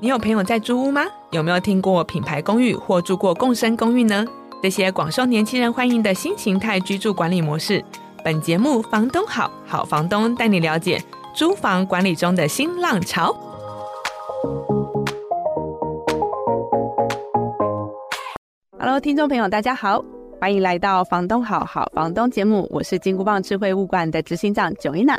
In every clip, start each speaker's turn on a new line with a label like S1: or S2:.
S1: 你有朋友在租屋吗？有没有听过品牌公寓或住过共生公寓呢？这些广受年轻人欢迎的新形态居住管理模式，本节目《房东好好房东》带你了解租房管理中的新浪潮。Hello，听众朋友，大家好，欢迎来到《房东好好房东》节目，我是金箍棒智慧物管的执行长 Joanna。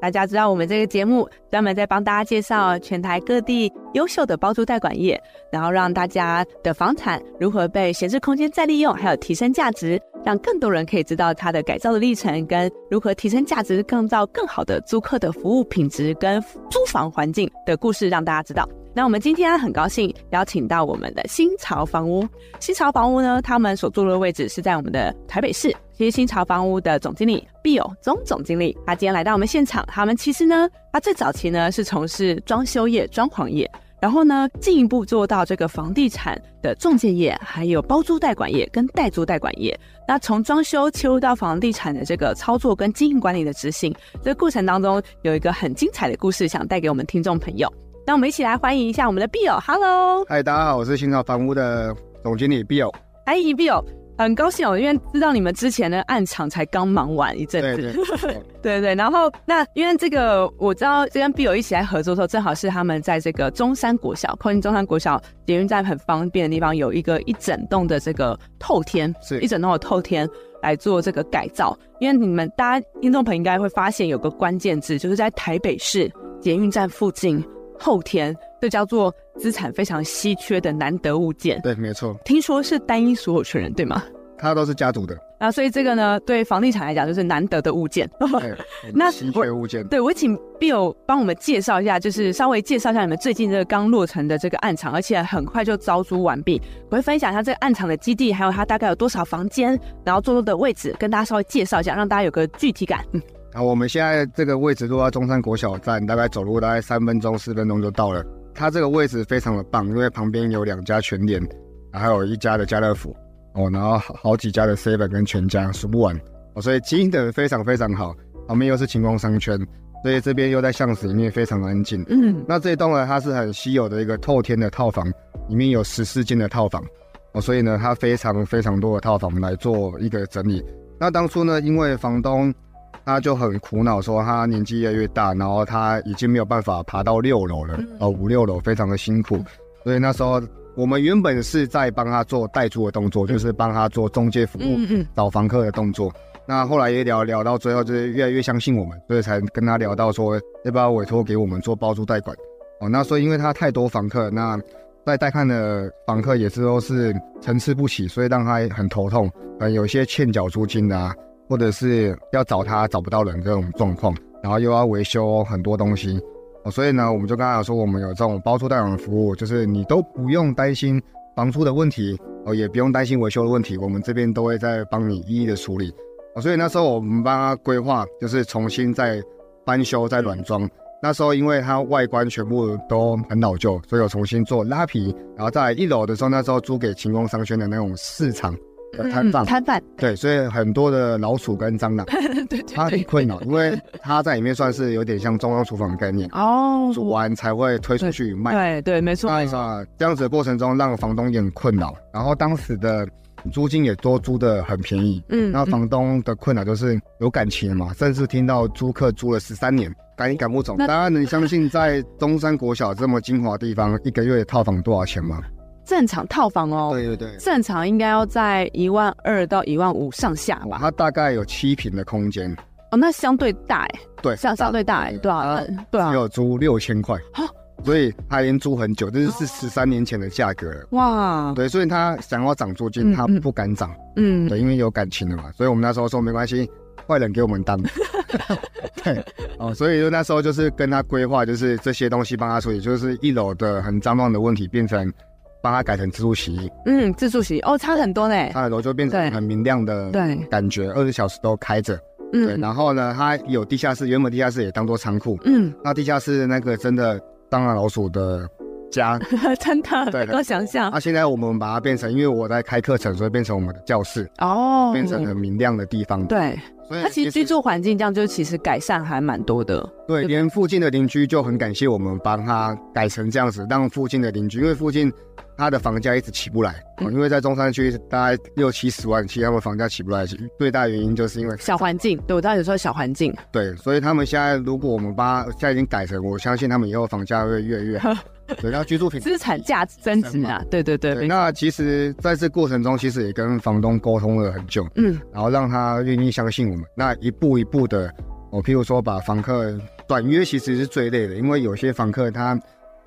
S1: 大家知道我们这个节目专门在帮大家介绍全台各地优秀的包租代管业，然后让大家的房产如何被闲置空间再利用，还有提升价值，让更多人可以知道它的改造的历程跟如何提升价值，创造更好的租客的服务品质跟租房环境的故事，让大家知道。那我们今天很高兴邀请到我们的新潮房屋。新潮房屋呢，他们所住的位置是在我们的台北市。其实新潮房屋的总经理必有宗总经理，他今天来到我们现场。他们其实呢，他最早期呢是从事装修业、装潢业，然后呢进一步做到这个房地产的中介业，还有包租代管业跟代租代管业。那从装修切入到房地产的这个操作跟经营管理的执行，这个过程当中有一个很精彩的故事，想带给我们听众朋友。那我们一起来欢迎一下我们的必友，Hello，
S2: 嗨，大家好，我是新潮房屋的总经理必友。
S1: 哎，必友，很高兴哦，因为知道你们之前的暗场才刚忙完一阵
S2: 对
S1: 子，
S2: 对对
S1: 对对，然后那因为这个我知道，跟必友一起来合作的时候，正好是他们在这个中山国小，靠近中山国小捷运站很方便的地方，有一个一整栋的这个透天，
S2: 是
S1: 一整栋的透天来做这个改造。因为你们大家听众朋友应该会发现有个关键字，就是在台北市捷运站附近后天，这叫做资产非常稀缺的难得物件。
S2: 对，没错，
S1: 听说是单一所有权人，对吗？
S2: 他都是家族的，
S1: 啊，所以这个呢，对房地产来讲就是难得的物件。
S2: 对，很
S1: 那
S2: 稀缺物件。
S1: 对，我请 Bill 帮我们介绍一下，就是稍微介绍一下你们最近这个刚落成的这个暗场，而且很快就招租完毕。我会分享一下这个暗场的基地，还有它大概有多少房间，然后坐落的位置，跟大家稍微介绍一下，让大家有个具体感。嗯，
S2: 然后我们现在这个位置落到中山国小站，大概走路大概三分钟、四分钟就到了。它这个位置非常的棒，因为旁边有两家全联，还有一家的家乐福哦，然后好好几家的 seven 跟全家数不完哦，所以经营的非常非常好。旁边又是晴空商圈，所以这边又在巷子里面非常安静。
S1: 嗯
S2: 那这一栋呢，它是很稀有的一个透天的套房，里面有十四间的套房哦，所以呢，它非常非常多的套房来做一个整理。那当初呢，因为房东他就很苦恼，说他年纪越来越大，然后他已经没有办法爬到六楼了
S1: 嗯，
S2: 哦，五六楼非常的辛苦，所以那时候我们原本是在帮他做代租的动作，就是帮他做中介服务，
S1: 嗯嗯，
S2: 找房客的动作。那后来也聊聊到最后，就是越来越相信我们，所以才跟他聊到说要不要委托给我们做包租代管。哦，那所以因为他太多房客，那在带看的房客也是都是层次不齐，所以让他很头痛。可呃能有些欠缴租金的啊，或者是要找他找不到人这种状况，然后又要维修很多东西。哦，所以呢，我们就跟他讲说，我们有这种包租代管的服务，就是你都不用担心房租的问题，哦，也不用担心维修的问题，我们这边都会再帮你一一的处理。哦，所以那时候我们帮他规划，就是重新再翻修、再软装。那时候因为它外观全部都很老旧，所以我重新做拉皮，然后再来一楼的时候，那时候租给晴空商圈的那种市场的摊
S1: 嗯
S2: 贩，
S1: 摊贩，
S2: 对，所以很多的老鼠跟蟑螂，
S1: 对对
S2: 它很
S1: 对，
S2: 困扰，因为它在里面算是有点像中央厨房的概念，
S1: 哦，
S2: 煮完才会推出去卖。
S1: 对对，没错，
S2: 那啊，这样子的过程中让房东也很困扰，然后当时的租金也都租的很便宜。
S1: 嗯，
S2: 那
S1: 嗯
S2: 房东的困扰就是有感情嘛，甚至听到租客租了十三年，赶也赶不走。
S1: 那
S2: 大家能相信在中山国小这么精华的地方，一个月的套房多少钱吗？
S1: 正常套房哦，
S2: 对对对，
S1: 正常应该要在一万二到一万五上下吧。
S2: 它大概有七平的空间，
S1: 哦，那相对大哎，
S2: 对，
S1: 相相对大哎，对啊，嗯对啊
S2: 只，有租六千块
S1: 啊，哦
S2: 所以他已经租很久，这是十三年前的价格了。
S1: 哇，
S2: 对，所以他想要涨租
S1: 嗯
S2: 金，他
S1: 嗯
S2: 不敢涨，
S1: 嗯，
S2: 对，因为有感情的嘛。所以我们那时候说没关系，坏人给我们 当。 对，哦，所以就那时候就是跟他规划，就是这些东西帮他处理，就是一楼的很脏乱的问题变成帮他改成自助洗衣，
S1: 嗯，自助席哦，差很多呢。
S2: 他的楼就变
S1: 对
S2: 成很明亮的
S1: 对，
S2: 感觉，二十小时都开着。对，
S1: 嗯
S2: 然后呢，他有地下室，原本地下室也当做仓库，
S1: 嗯
S2: 那地下室那个真的蟑螂老鼠的家。
S1: 真的
S2: 对啊
S1: 能够想象
S2: 那、现在我们把它变成，因为我在开课程，所以变成我们的教室，
S1: 哦，
S2: 变成很明亮的地方。，
S1: 对，
S2: 所以
S1: 它其实居住环境这样就其实改善还蛮多的，
S2: 对，连附近的邻居就很感谢我们帮他改成这样子，让附近的邻居，因为附近他的房价一直起不来，哦
S1: 嗯
S2: 因为在中山区大概六七十万，其实他们房价起不来，最大原因就是因为
S1: 小环境。对我当时说小环境，
S2: 对，所以他们现在如果我们把它现在已经改成，我相信他们以后房价会越来 越好。对，那居住品质
S1: 资产价值增值啊，对对对，
S2: 对，
S1: 没错
S2: 那其实在这过程中，其实也跟房东沟通了很久，
S1: 嗯，
S2: 然后让他愿意相信我们。那一步一步的，哦，譬如说把房客短约其实是最累的，因为有些房客他，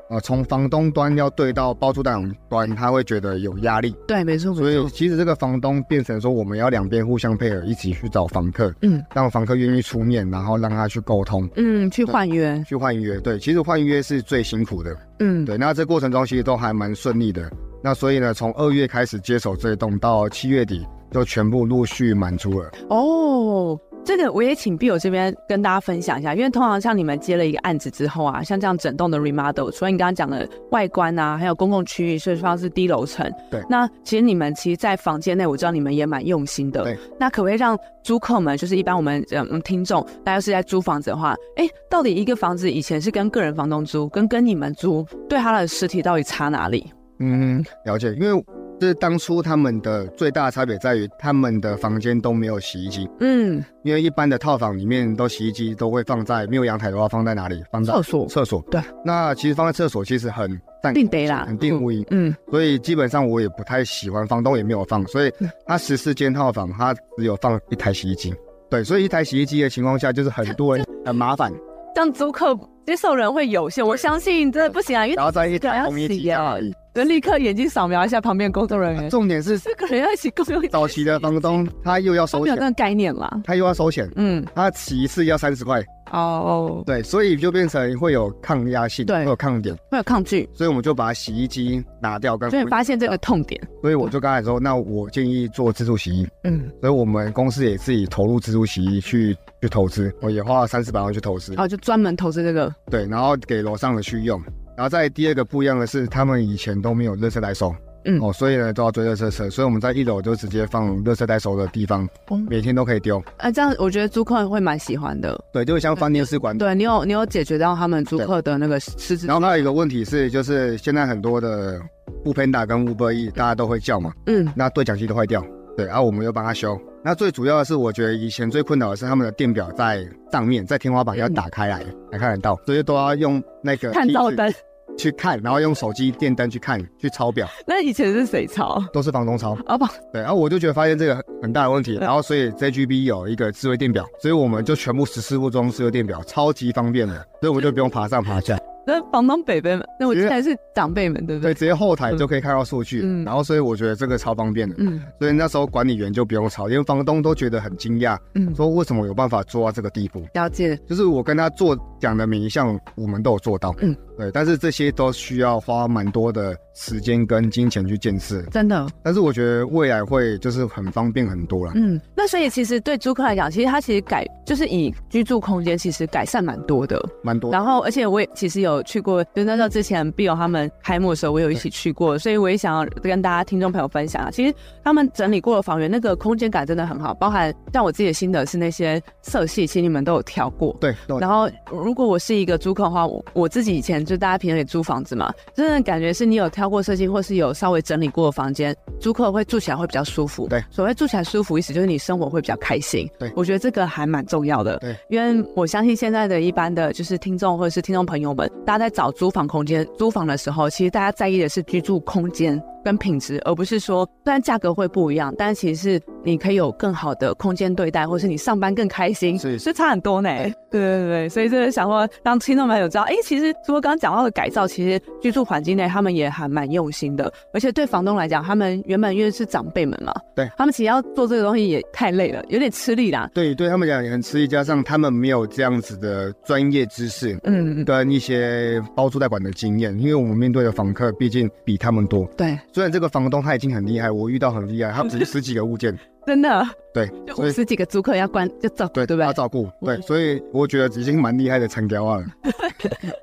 S2: 呃，从房东端要对到包租代管端，他会觉得有压力，
S1: 对，没错，
S2: 所
S1: 没
S2: 以
S1: 错，
S2: 其实这个房东变成说，我们要两边互相配合，一起去找房客，
S1: 嗯
S2: 让房客愿意出面，然后让他去沟通。
S1: 嗯，去换约，
S2: 去换约，对，其实换约是最辛苦的，
S1: 嗯，
S2: 对，那这过程中其实都还蛮顺利的。那所以呢，从二月开始接手这一栋，到七月底就全部陆续满足了。
S1: 哦，这个我也请 Bill 这边跟大家分享一下，因为通常像你们接了一个案子之后啊，像这样整栋的 remodel，除了你刚刚讲的外观啊，还有公共区域，甚至像是低楼层，
S2: 对
S1: 那其实你们其实，在房间内，我知道你们也蛮用心的，
S2: 对。
S1: 那可不可以让租客们，就是一般我们嗯听众，大家是在租房子的话，哎，到底一个房子以前是跟个人房东租，跟跟你们租，对它的实体到底差哪里？
S2: 嗯，了解，因为这当初他们的最大差别在于，他们的房间都没有洗衣机，
S1: 嗯，
S2: 因为一般的套房里面都洗衣机都会放在没有阳台的话放在哪里？放在
S1: 厕所
S2: 厕所。
S1: 对，
S2: 那其实放在厕所其实很占
S1: 定得啦，
S2: 很定位。
S1: 嗯，
S2: 所以基本上我也不太喜欢，房东也没有放，所以他十四间套房，他只有放一台洗衣机。对，所以一台洗衣机的情况下，就是很 多人很麻烦，
S1: 这样租客接受人会有限，我相信真的不行啊，因为
S2: 然后在一
S1: 这个
S2: 台
S1: 要
S2: 同一
S1: 洗
S2: 体
S1: 啊，对，立刻眼睛扫描一下旁边工作人员，
S2: 重点是
S1: 这个人要一起共用一台
S2: 早期的房东他又要
S1: 他
S2: 收
S1: 没有这
S2: 钱，
S1: 个概念啦，
S2: 他又要收钱，
S1: 嗯，
S2: 他洗一次要三十块，
S1: 哦，
S2: 对，所以就变成会有抗压性，
S1: 对
S2: 会有抗点，
S1: 会有抗拒，
S2: 所以我们就把洗衣机拿掉跟
S1: 所以发现这个痛点，
S2: 所以我就刚才说，那我建议做自助洗衣，
S1: 嗯，
S2: 所以我们公司也自己投入自助洗衣去去投资，我也花了三四百万去投资
S1: 然。哦后就专门投资这个，
S2: 对，然后给楼上的去用。然后再第二个不一样的是，他们以前都没有热车袋收，
S1: 嗯
S2: 哦，所以呢都要追热车车，所以我们在一楼就直接放热车袋收的地方，
S1: 哦
S2: 每天都可以丢。
S1: 啊，这样我觉得租客会蛮喜欢的，
S2: 对，就像饭店试管。
S1: 对你有你有解决到他们租客的那个失职，
S2: 嗯然后还有一个问题是，就是现在很多的 u p a n d a 跟 Uber E 大家都会叫嘛，
S1: 嗯，
S2: 那对讲机都坏掉，对，啊然、后我们又帮他修。那最主要的是，我觉得以前最困扰的是他们的电表在上面，在天花板要打开来才看得到，所以都要用那个
S1: 嗯探照
S2: 梯子
S1: 灯，
S2: 去看，然后用手机电灯去看，去抄表。
S1: 那以前是谁抄？
S2: 都是房东抄。
S1: 哦不，
S2: 对，然后我就觉得发现这个很很大的问题，
S1: 嗯
S2: 然后所以 JGB 有一个智慧电表，所以我们就全部十四部装智慧电表，超级方便的，所以我们就不用爬上爬下，
S1: 那房东北北们，那我
S2: 其
S1: 记
S2: 实
S1: 得还是长辈们，对不
S2: 对，
S1: 对？
S2: 直接后台就可以看到数据，
S1: 嗯
S2: 然后所以我觉得这个超方便的。
S1: 嗯
S2: 所以那时候管理员就不用吵，因为房东都觉得很惊讶，
S1: 嗯，
S2: 说为什么有办法做到这个地步？
S1: 了解，
S2: 就是我跟他做讲的每一项，我们都有做到，
S1: 嗯，
S2: 对，但是这些都需要花蛮多的时间跟金钱去建设，
S1: 真的，
S2: 但是我觉得未来会就是很方便很多啦。
S1: 嗯，那所以其实对租客来讲，其实他其实改就是以居住空间其实改善蛮多的。
S2: 蛮多的。
S1: 然后，而且我也其实有去过，就那时候之前 Bill 他们开幕的时候，我有一起去过，所以我也想要跟大家听众朋友分享啊。其实他们整理过的房源，那个空间感真的很好，包含像我自己的心得是那些色系，其实你们都有调过。
S2: 对，那我
S1: 然后，如果我是一个租客的话，我我自己以前就大家平常也租房子嘛，真的感觉是你有挑过设计，或是有稍微整理过的房间，租客会住起来会比较舒服。
S2: 对
S1: 所谓住起来舒服，意思就是你生活会比较开心。
S2: 对
S1: 我觉得这个还蛮重要的。
S2: 对，
S1: 因为我相信现在的一般的就是听众或者是听众朋友们，大家在找租房空间、租房的时候，其实大家在意的是居住空间跟品质，而不是说虽然价格会不一样，但其实是你可以有更好的空间对待，或是你上班更开心。
S2: 是
S1: 是差很多呢。对对对，所以就是想说，让听众朋友知道，哎，其实除了刚刚讲到的改造，其实居住环境内他们也还蛮用心的，而且对房东来讲，他们原本因为是长辈们嘛，
S2: 对
S1: 他们其实要做这个东西也太累了，有点吃力啦。
S2: 对对他们讲也很吃力，加上他们没有这样子的专业知识
S1: 嗯，嗯
S2: 跟一些包租代管的经验，因为我们面对的访客毕竟比他们多。
S1: 对，
S2: 虽然这个房东他已经很厉害，我遇到很厉害，他只是十几个物件，
S1: 真的
S2: 对，
S1: 就
S2: 所
S1: 五
S2: 以
S1: 十几个租客要关就走，
S2: 对
S1: 对不对
S2: 要？照顾，对，
S1: 嗯
S2: 所以我觉得已经蛮厉害的成 交案了，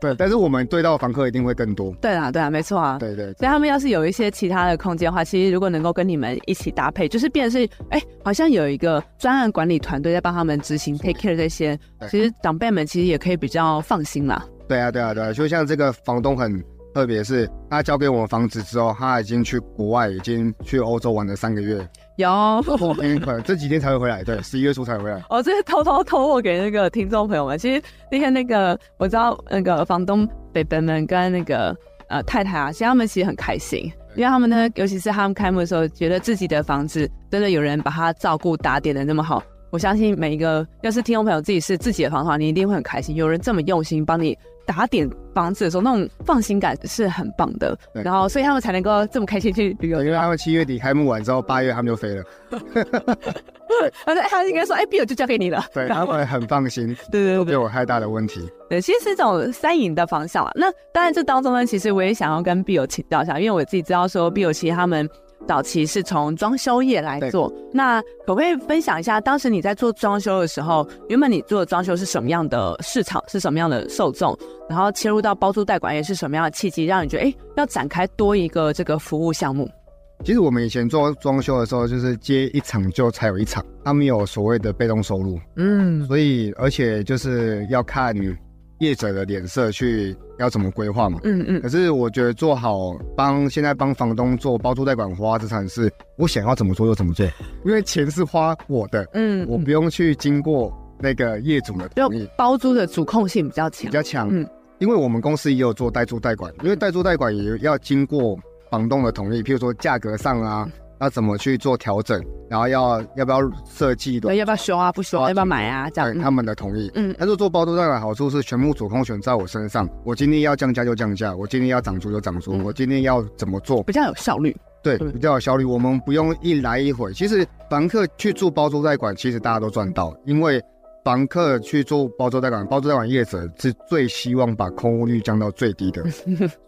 S2: 对，但是我们对到房客一定会更多，
S1: 对啦，对啦，没错啊。
S2: 对对
S1: 所以他们要是有一些其他的空间的话，其实如果能够跟你们一起搭配，就是变成是，哎、好像有一个专案管理团队在帮他们执行 take care 这些，
S2: 对
S1: 其实长辈们其实也可以比较放心啦。
S2: 对啊对啊对啊，就像这个房东很特别，是他交给我们房子之后，他已经去国外，已经去欧洲玩了三个月，
S1: 有
S2: 后面可能这几天才会回来，对，十一月初才会回来，
S1: 哦我这是偷偷偷我给那个听众朋友们，其实那天那个我知道那个房东北北们跟那个呃太太啊，其实他们其实很开心，因为他们呢，尤其是他们开幕的时候，觉得自己的房子真的有人把它照顾打点的那么好。我相信每一个要是听众朋友自己是自己的房的话，你一定会很开心，有人这么用心帮你打点房子的时候，那种放心感是很棒的。
S2: 对
S1: 然后，所以他们才能够这么开心去旅游
S2: 对，因为他们七月底开幕完之后，八月他们就飞了，
S1: 他说他应该说，哎，B 友就交给你了。
S2: 对，
S1: 然后
S2: 他们很放心，
S1: 对对对
S2: 没有太大的问题。
S1: 对，其实是一种三赢的方向了。那当然，这当中呢，其实我也想要跟必友请教一下，因为我自己知道说必友其实他们早期是从装修业来做。那可不可以分享一下，当时你在做装修的时候，原本你做的装修是什么样的市场，是什么样的受众，然后切入到包租代管也是什么样的契机，让你觉得哎，诶要展开多一个这个服务项目？
S2: 其实我们以前做装修的时候，就是接一场就才有一场，他们有所谓的被动收入，
S1: 嗯，
S2: 所以而且就是要看业者的脸色去要怎么规划嘛。
S1: 嗯嗯
S2: 可是我觉得做好帮现在帮房东做包租代管花资产是，我想要怎么做就怎么做，因为钱是花我的，
S1: 嗯，
S2: 我不用去经过那个业主的
S1: 就
S2: 同意，
S1: 包租的主控性比较
S2: 比
S1: 强。
S2: 较强。
S1: 嗯
S2: 因为我们公司也有做代租代管，因为代租代管也要经过房东的同意，譬如说价格上
S1: 嗯
S2: 啊，要怎么去做调整，然后要要不要设计的
S1: 对，，要不要修啊？不修啊，要不要买啊？这样
S2: 对，他们的同意。
S1: 嗯
S2: 但是做包租代管的好处是全部主控权在我身上，我今天要降价就降价，我今天要涨租就涨租，
S1: 嗯
S2: 我今天要怎么做，
S1: 比较有效率。
S2: 对，
S1: 对
S2: 比较有效率。我们不用一来一回。其实房客去住包租代管，其实大家都赚到，因为房客去住包租代管，包租代管业者是最希望把空屋率降到最 低的，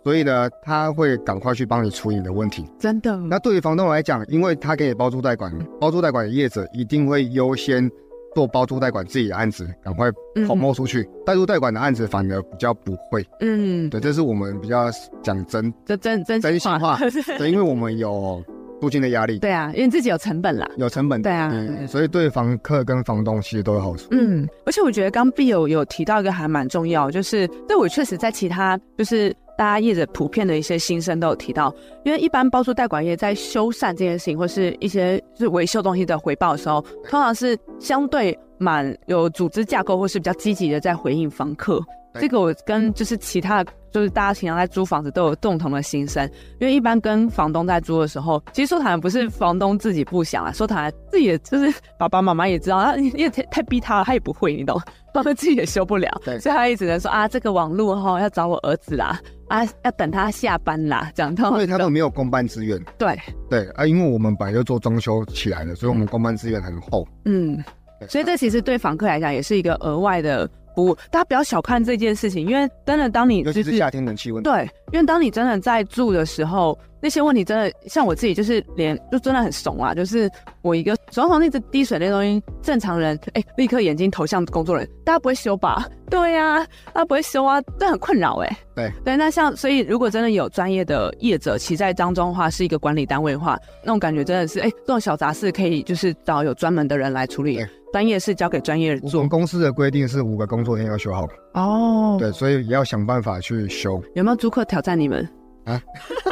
S2: 所以呢，他会赶快去帮你处理你的问题。
S1: 真的，
S2: 那对于房东来讲，因为他给你包租代管，包租代管的业者一定会优先做包租代管自己的案子，赶快
S1: 嗯
S2: 跑冒出去。代租代管的案子反而比较不会，
S1: 嗯，
S2: 对，这是我们比较讲真，
S1: 这真真
S2: 真心话
S1: 对
S2: 对，因为我们有租金的压 力。
S1: 对啊，因为自己有成本啦。
S2: 有成本的，
S1: 对啊
S2: 嗯所以对房客跟房东其实都有好处。
S1: 嗯，而且我觉得刚必有有提到一个还蛮重要，就是对我确实在其他就是大家业者普遍的一些心声都有提到，因为一般包租代管业在修缮这件事情或是一些就是维修东西的回报的时候，通常是相对蛮有组织架构或是比较积极的在回应房客。
S2: 对
S1: 这个我跟就是其他的就是大家平常在租房子都有共同的心声，因为一般跟房东在租的时候，其实说坦白不是
S2: 嗯
S1: 房东自己不想啊，说坦白自己也就是爸爸妈妈也知道，啊，你你也太太逼他了，他也不会，你懂， 他们自己也修不了，
S2: 对
S1: 所以他也只能说啊，这个网络哈、要找我儿子啦，啊要等他下班啦，这样他
S2: 因
S1: 们
S2: 为他们没有公办资源，
S1: 对，
S2: 对啊，因为我们本来就做装修起来的，所以我们公办资源很厚。
S1: 嗯，
S2: 对
S1: 所以这其实对房客来讲也是一个额外的服务，大家不要小看这件事情，因为真的当你
S2: 尤
S1: 就
S2: 其
S1: 是
S2: 是夏天冷气问题，
S1: 对，因为当你真的在住的时候，那些问题真的像我自己，就是连就真的很怂啊，就是我一个手上那只滴水那东西，正常人哎、立刻眼睛投向工作人员，大家不会修吧？ 对呀、大家不会修啊，这很困扰哎、
S2: 对
S1: 对，那像所以如果真的有专业的业者其在当中的话，是一个管理单位的话，那种感觉真的是哎、这种小杂事可以就是找有专门的人来处理
S2: 对，
S1: 专业是交给专业人
S2: 我
S1: 做
S2: 们公司的规定是五个工作天要修好，
S1: 哦
S2: 对，所以也要想办法去修。
S1: 有没有租客挑战你们
S2: 啊？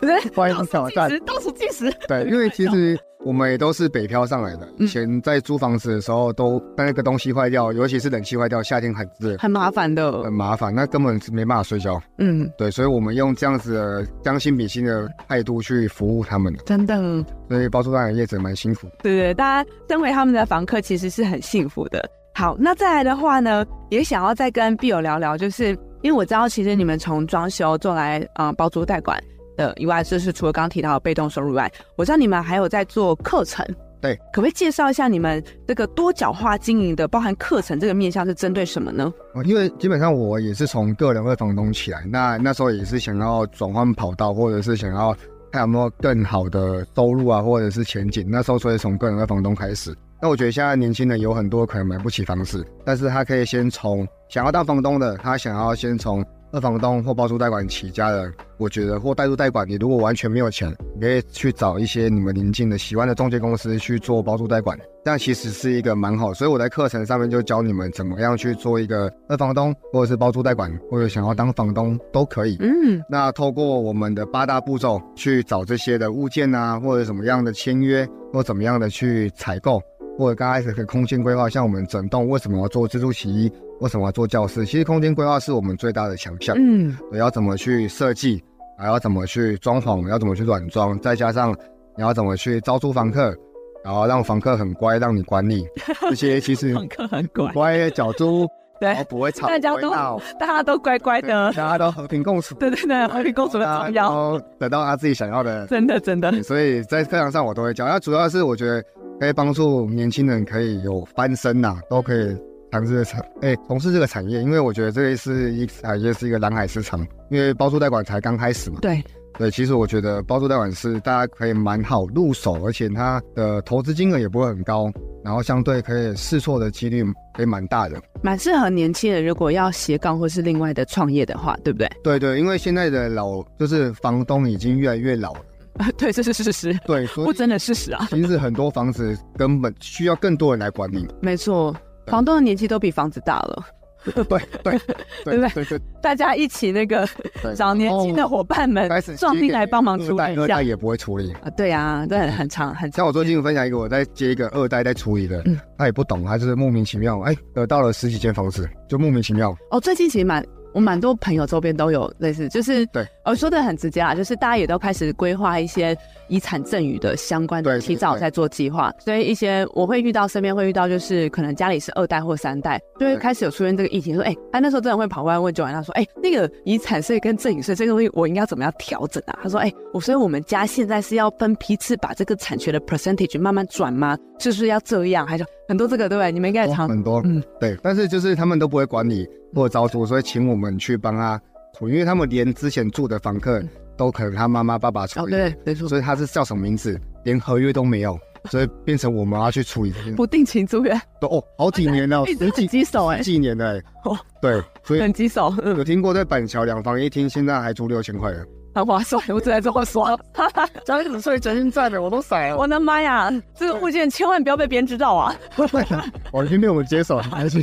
S1: 对
S2: 欢迎挑战
S1: 计时，倒数计时。
S2: 对，因为其实
S1: 哦
S2: 我们也都是北漂上来的，
S1: 嗯
S2: 以前在租房子的时候都那个东西坏掉，尤其是冷气坏掉，夏天很热。
S1: 很麻烦的。
S2: 很麻烦，那根本是没办法睡觉。
S1: 嗯，
S2: 对，所以我们用这样子的将心比心的态度去服务他们的，
S1: 真的，
S2: 所以包租代管业者蛮辛苦的。
S1: 对对，大家身为他们的房客其实是很幸福的。好，那再来的话呢，也想要再跟碧友聊聊，就是因为我知道其实你们从装修做来啊、呃包租代管的以外，就是除了刚刚提到的被动收入以外，我知道你们还有在做课程。
S2: 对，
S1: 可不可以介绍一下你们这个多角化经营的，包含课程这个面向是针对什么呢？
S2: 哦，因为基本上我也是从个人为房东起来，那那时候也是想要转换跑道，或者是想要看有没有更好的收入啊，或者是前景。那时候所以从个人的房东开始。那我觉得现在年轻人有很多可能买不起房子，但是他可以先从想要当房东的，他想要先从二房东或包租代管起家的，我觉得或代租代管，你如果完全没有钱，你可以去找一些你们邻近的喜欢的中介公司去做包租代管，这样其实是一个蛮好。所以我在课程上面就教你们怎么样去做一个二房东，或者是包租代管，或者想要当房东都可以。
S1: 嗯，
S2: 那透过我们的八大步骤去找这些的物件啊，或者怎么样的签约，或怎么样的去采购，或者刚开始的空间规划，像我们整栋为什么要做自助洗衣，为什么要做教室？其实空间规划是我们最大的强项，
S1: 嗯，
S2: 对要怎么去设计，还要怎么去装潢，要怎么去软装，再加上你要怎么去招租房客，然后让房客很乖，让你管理这 些，其实
S1: 房客很乖，
S2: 乖缴租，然后
S1: 对，
S2: 不会吵，
S1: 大家
S2: 不会
S1: 都
S2: 闹
S1: 大家都乖乖
S2: 对
S1: 的
S2: 大，家都和平共处。
S1: 对对对，和平共处的重要，
S2: 哦，得到他自己想要的。
S1: 真的真的，
S2: 所以在课堂上我都会教，那主要是我觉得可以帮助年轻人可以有翻身呐、都可以尝试产哎从事这个产业，因为我觉得这个是一产业是一个蓝海市场，因为包租代管才刚开始嘛。
S1: 对，
S2: 对，其实我觉得包租代管是大家可以蛮好入手，而且它的投资金额也不会很高，然后相对可以试错的几率可以蛮大的。
S1: 蛮适合年轻人，如果要斜杠或是另外的创业的话，对不对？
S2: 对对，因为现在的老就是房东已经越来越老了，
S1: 对，这是事实，
S2: 对，所以
S1: 不真的事实啊，
S2: 其实很多房子根本需要更多人来管理。
S1: 没错。房东的年纪都比房子大了，
S2: 对对 对
S1: 对不
S2: 对对
S1: 大家一起那个
S2: 对，哦
S1: 找年轻的伙伴们
S2: 开始
S1: 撞进来帮忙处
S2: 二代
S1: 理一
S2: 二
S1: 下
S2: 代也不会处理。
S1: 啊，对啊，对，很长很长，
S2: 像我最近分享一个，我在接一个二代在处理的，
S1: 嗯
S2: 他也不懂，他就是莫名其妙，哎，得到了十几间房子，就莫名其妙。
S1: 哦，最近其实蛮我蛮多朋友周边都有类似，就是
S2: 对，
S1: 哦，说的很直接啊，就是大家也都开始规划一些遗产赠与的相关的，
S2: 对
S1: 提早
S2: 对
S1: 在做计划，所以一些我会遇到身边会遇到，就是可能家里是二代或三代，就会
S2: 对
S1: 开始有出现这个议题，说，哎、他那时候真的会跑过来问九安，他说，哎、那个遗产税跟赠与税这个东西，我应该怎么样调整啊？他说，哎、我所以我们家现在是要分批次把这个产权的 percentage 慢慢转吗？是不是要这样？还是很多这个对不对？你们应该也常
S2: 很多，
S1: 嗯
S2: 嗯，对，但是就是他们都不会管理或者招租，所以请我们去帮他处理，因为他们连之前住的房客都可能他妈妈爸爸
S1: 嗯哦，
S2: 处理，
S1: 对对，没错。
S2: 所以他是叫什么名字，连合约都没 有，所以变成我们要去处理这些，
S1: 不定情租约，
S2: 都哦好几年了，
S1: 一直很棘手哎、
S2: 几年了、欸，
S1: 哦
S2: 对，所以
S1: 很棘手，嗯，
S2: 有听过在板桥两房一厅，现在还租六千块的，
S1: 很划算，我只能这么说。
S2: 加一点税，真心在的，我都傻了。
S1: 我的妈呀，这个物件千万不要被别人知道啊，
S2: 我已经被我们接手了，还是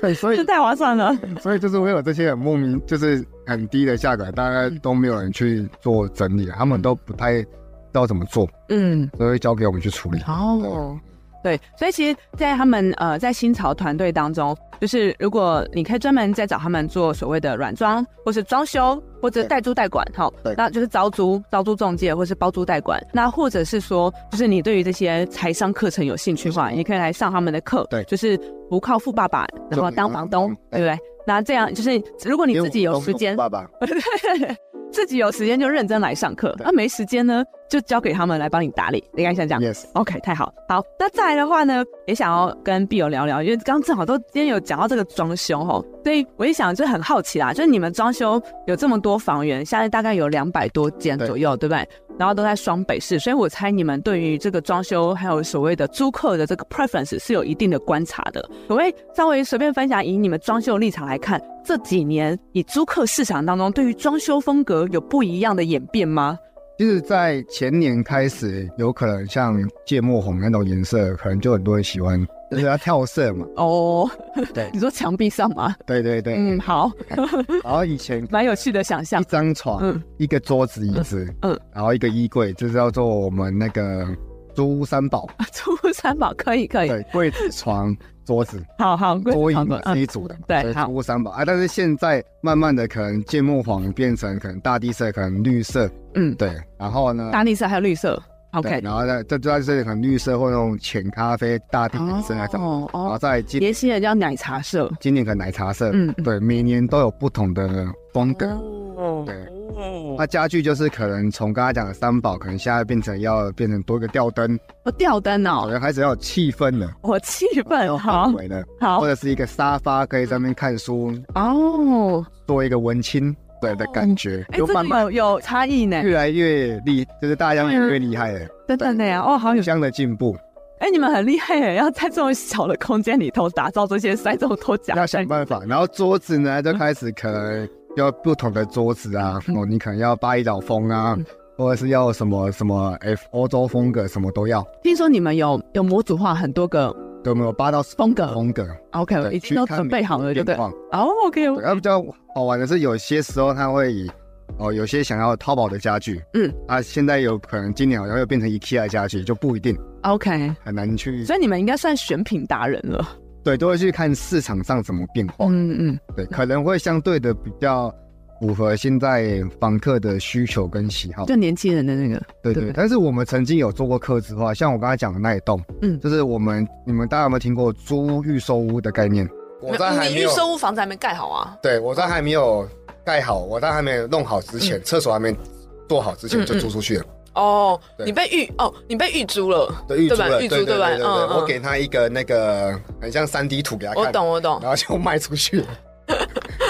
S2: 对，所
S1: 这
S2: 以
S1: 太划算了。
S2: 所以就是会有这些很莫名，就是很低的价格，大概都没有人去做整理，啊他们都不太知道怎么做，
S1: 嗯，
S2: 所以交给我们去处理。
S1: 哦，对，所以其实，在他们呃，在新潮团队当中，就是如果你可以专门再找他们做所谓的软装，或是装修，或者
S2: 对
S1: 代租代管，哈
S2: 对，
S1: 那就是招租、招租中介，或是包租代管，那或者是说，就是你对于这些财商课程有兴趣的话，也可以来上他们的课，
S2: 对
S1: 就是不靠富爸爸，然后当房东，对
S2: 对
S1: 不对？那这样就是，如果你自己有时间
S2: 因为我们都是，爸爸，
S1: 自己有时间就认真来上课，
S2: 对
S1: 那、没时间呢，就交给他们来帮你打理，应该像这样。
S2: yes，
S1: OK，太好，好，那再来的话呢，也想要跟碧友聊聊，因为刚正好都今天有讲到这个装修吼，所以我也想就很好奇啦，就是你们装修有这么多房源，现在大概有两百多间
S2: 对
S1: 左右，对不对？然后都在双北市，所以我猜你们对于这个装修还有所谓的租客的这个 preference 是有一定的观察的。可不可以稍微随便分享，以你们装修的立场来看，这几年以租客市场当中对于装修风格有不一样的演变吗？
S2: 其实，在前年开始，有可能像芥末红那种颜色，可能就很多人喜欢，就是要跳色嘛。
S1: 哦，
S2: 对
S1: 你说墙壁上吗？
S2: 对对对。
S1: 嗯，好，
S2: 然后以前
S1: 蛮有趣的想象
S2: 一。张床、
S1: 嗯
S2: 一个桌子、椅子，
S1: 嗯嗯
S2: 然后一个衣柜，这叫做我们那个租屋三宝。
S1: 租三宝可以可以，
S2: 对，柜子、床、桌子、
S1: 好好， 贵
S2: 桌椅
S1: 好贵
S2: 是
S1: 嗯
S2: 一组的嘛。
S1: 对
S2: 所以
S1: 好
S2: 租屋三宝啊。但是现在慢慢的，可能芥末黄变成可能大地色，可能绿色，
S1: 嗯，
S2: 对。然后呢？
S1: 大地色还有绿色
S2: 对
S1: ，OK，
S2: 然后呢，这就在这里，可能绿色或那种浅咖啡、大地色那种，
S1: 哦
S2: 然后
S1: 哦，
S2: 再来今
S1: 年轻人叫奶茶色，
S2: 今年可能奶茶色，
S1: 嗯嗯
S2: 对，每年都有不同的风格。
S1: 哦
S2: 对那家具就是可能从刚才讲的三宝，可能现在变成要变成多一个吊灯，
S1: 哦，吊灯
S2: 好
S1: 哦，
S2: 像开始要有气氛了，
S1: 我气氛哎好
S2: 氛围了，
S1: 好嗯
S2: 或者是一个沙发可以在那边看书，
S1: 哦，
S2: 做一个文青，对的感觉，
S3: 哎、
S2: 有
S3: 这
S2: 慢
S3: 个
S2: 慢
S3: 有有差异呢，
S2: 越来越厉，就是大家越来越厉害了，
S3: 真的呢，哦，好有
S2: 互，相的进步，
S3: 哎、你们很厉害耶，要在这种小的空间里头打造这些塞这么多奖，
S2: 要想办法。然后桌子
S3: 嗯
S2: 呢，就开始可能要不同的桌子啊，哦，你可能要巴厘岛风啊
S3: 嗯，
S2: 或者是要什么什么 F 欧洲风格，什么都要，
S3: 听说你们有有模组化很多个
S2: 都没有八到十
S3: 风格哦
S2: 风格，
S3: ，OK，
S2: 对
S3: 呃已经都
S2: 去看
S3: 准备好了，对不对
S2: 变？化
S3: 哦，OK，
S2: 对，它比较好玩的是，有些时候它会以哦，有些想要淘宝的家具，
S3: 嗯，
S2: 啊，现在有可能今年好像又变成 IKEA 的家具，就不一定
S3: OK，
S2: 很难去，
S3: 所以你们应该算选品达人了。
S2: 对，都会去看市场上怎么变化，
S3: 嗯嗯，
S2: 对，可能会相对的比较符合现在房客的需求跟喜好，
S3: 就年轻人的那个，
S2: 对
S3: 对
S2: 对。但是我们曾经有做过客制化，像我刚才讲的那一栋，
S3: 嗯
S2: 就是我们你们大家有没有听过租屋预售屋的概念？我在还没有，
S3: 屋房子还没盖好啊。
S2: 对我在还没有盖好，我在还没有弄好之前，厕所还没做好之前
S1: 嗯
S2: 就租出去了。
S1: 哦，
S2: 对
S1: 你被预哦，你被预租了，
S2: 对，预租
S1: 对吧
S2: 了，
S1: 预租
S2: 对对
S1: 对吧
S2: 对对，
S1: 嗯嗯
S2: 我给他一个那个很像三 D 图给他看，
S1: 我懂我懂
S2: 然，后就卖出去了。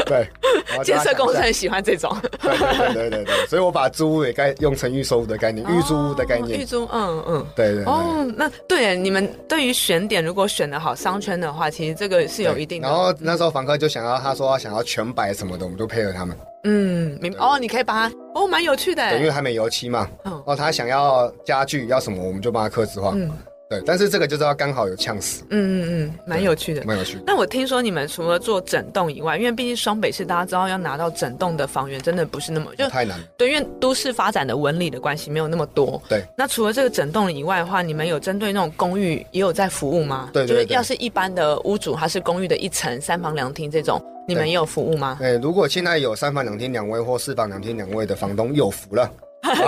S2: 对，然后叫
S1: 建
S2: 他
S1: 设工
S2: 想一下
S1: 程很喜欢这种
S2: 对对对对对，所以我把租屋也概用成预售屋的概念，预租屋的概
S1: 哦预
S2: 念，
S1: 租，嗯嗯。
S2: 对对对。
S1: 哦，那对你们对于选点，如果选的好商圈的话，其实这个是
S2: 对
S1: 有一定的。
S2: 然后那时候房客就想要，他说他想要全白什么的，我们就配合他们。
S1: 嗯，明白哦，你可以把它哦，蛮有趣的
S2: 对，因为
S1: 欸。
S2: 还没油漆嘛。
S1: 嗯
S2: 然后他想要家具要什么，我们就帮他刻字化。
S1: 嗯
S2: 对，但是这个就是要刚好有呛死，
S1: 嗯嗯嗯，蛮有趣的。
S2: 蛮有趣的。
S1: 那我听说你们除了做整栋以外，因为毕竟双北市大家知道要拿到整栋的房源真的不是那么就
S2: 太难了。
S1: 对，因为都市发展的纹理的关系没有那么多。
S2: 对，
S1: 那除了这个整栋以外的话，你们有针对那种公寓也有在服务吗？
S2: 对对对
S1: 就是要是一般的屋主，他是公寓的一层三房两厅这种，你们
S2: 对
S1: 也有服务吗？
S2: 哎，如果现在有三房两厅两卫或四房两厅两卫的房东有福了，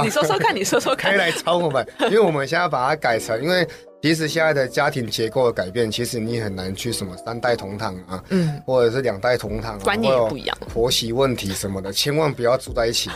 S1: 你说说看，你说说
S2: 可 以
S1: 看。
S2: 来找我 们，因为我们现在把它改成，因为其实现在的家庭结构的改变，其实你很难去什么三代同堂啊，
S1: 嗯，
S2: 或者是两代同堂、啊，
S1: 观念也
S2: 或者
S1: 不一样
S2: 婆媳问题什么的，千万不要住在 一起，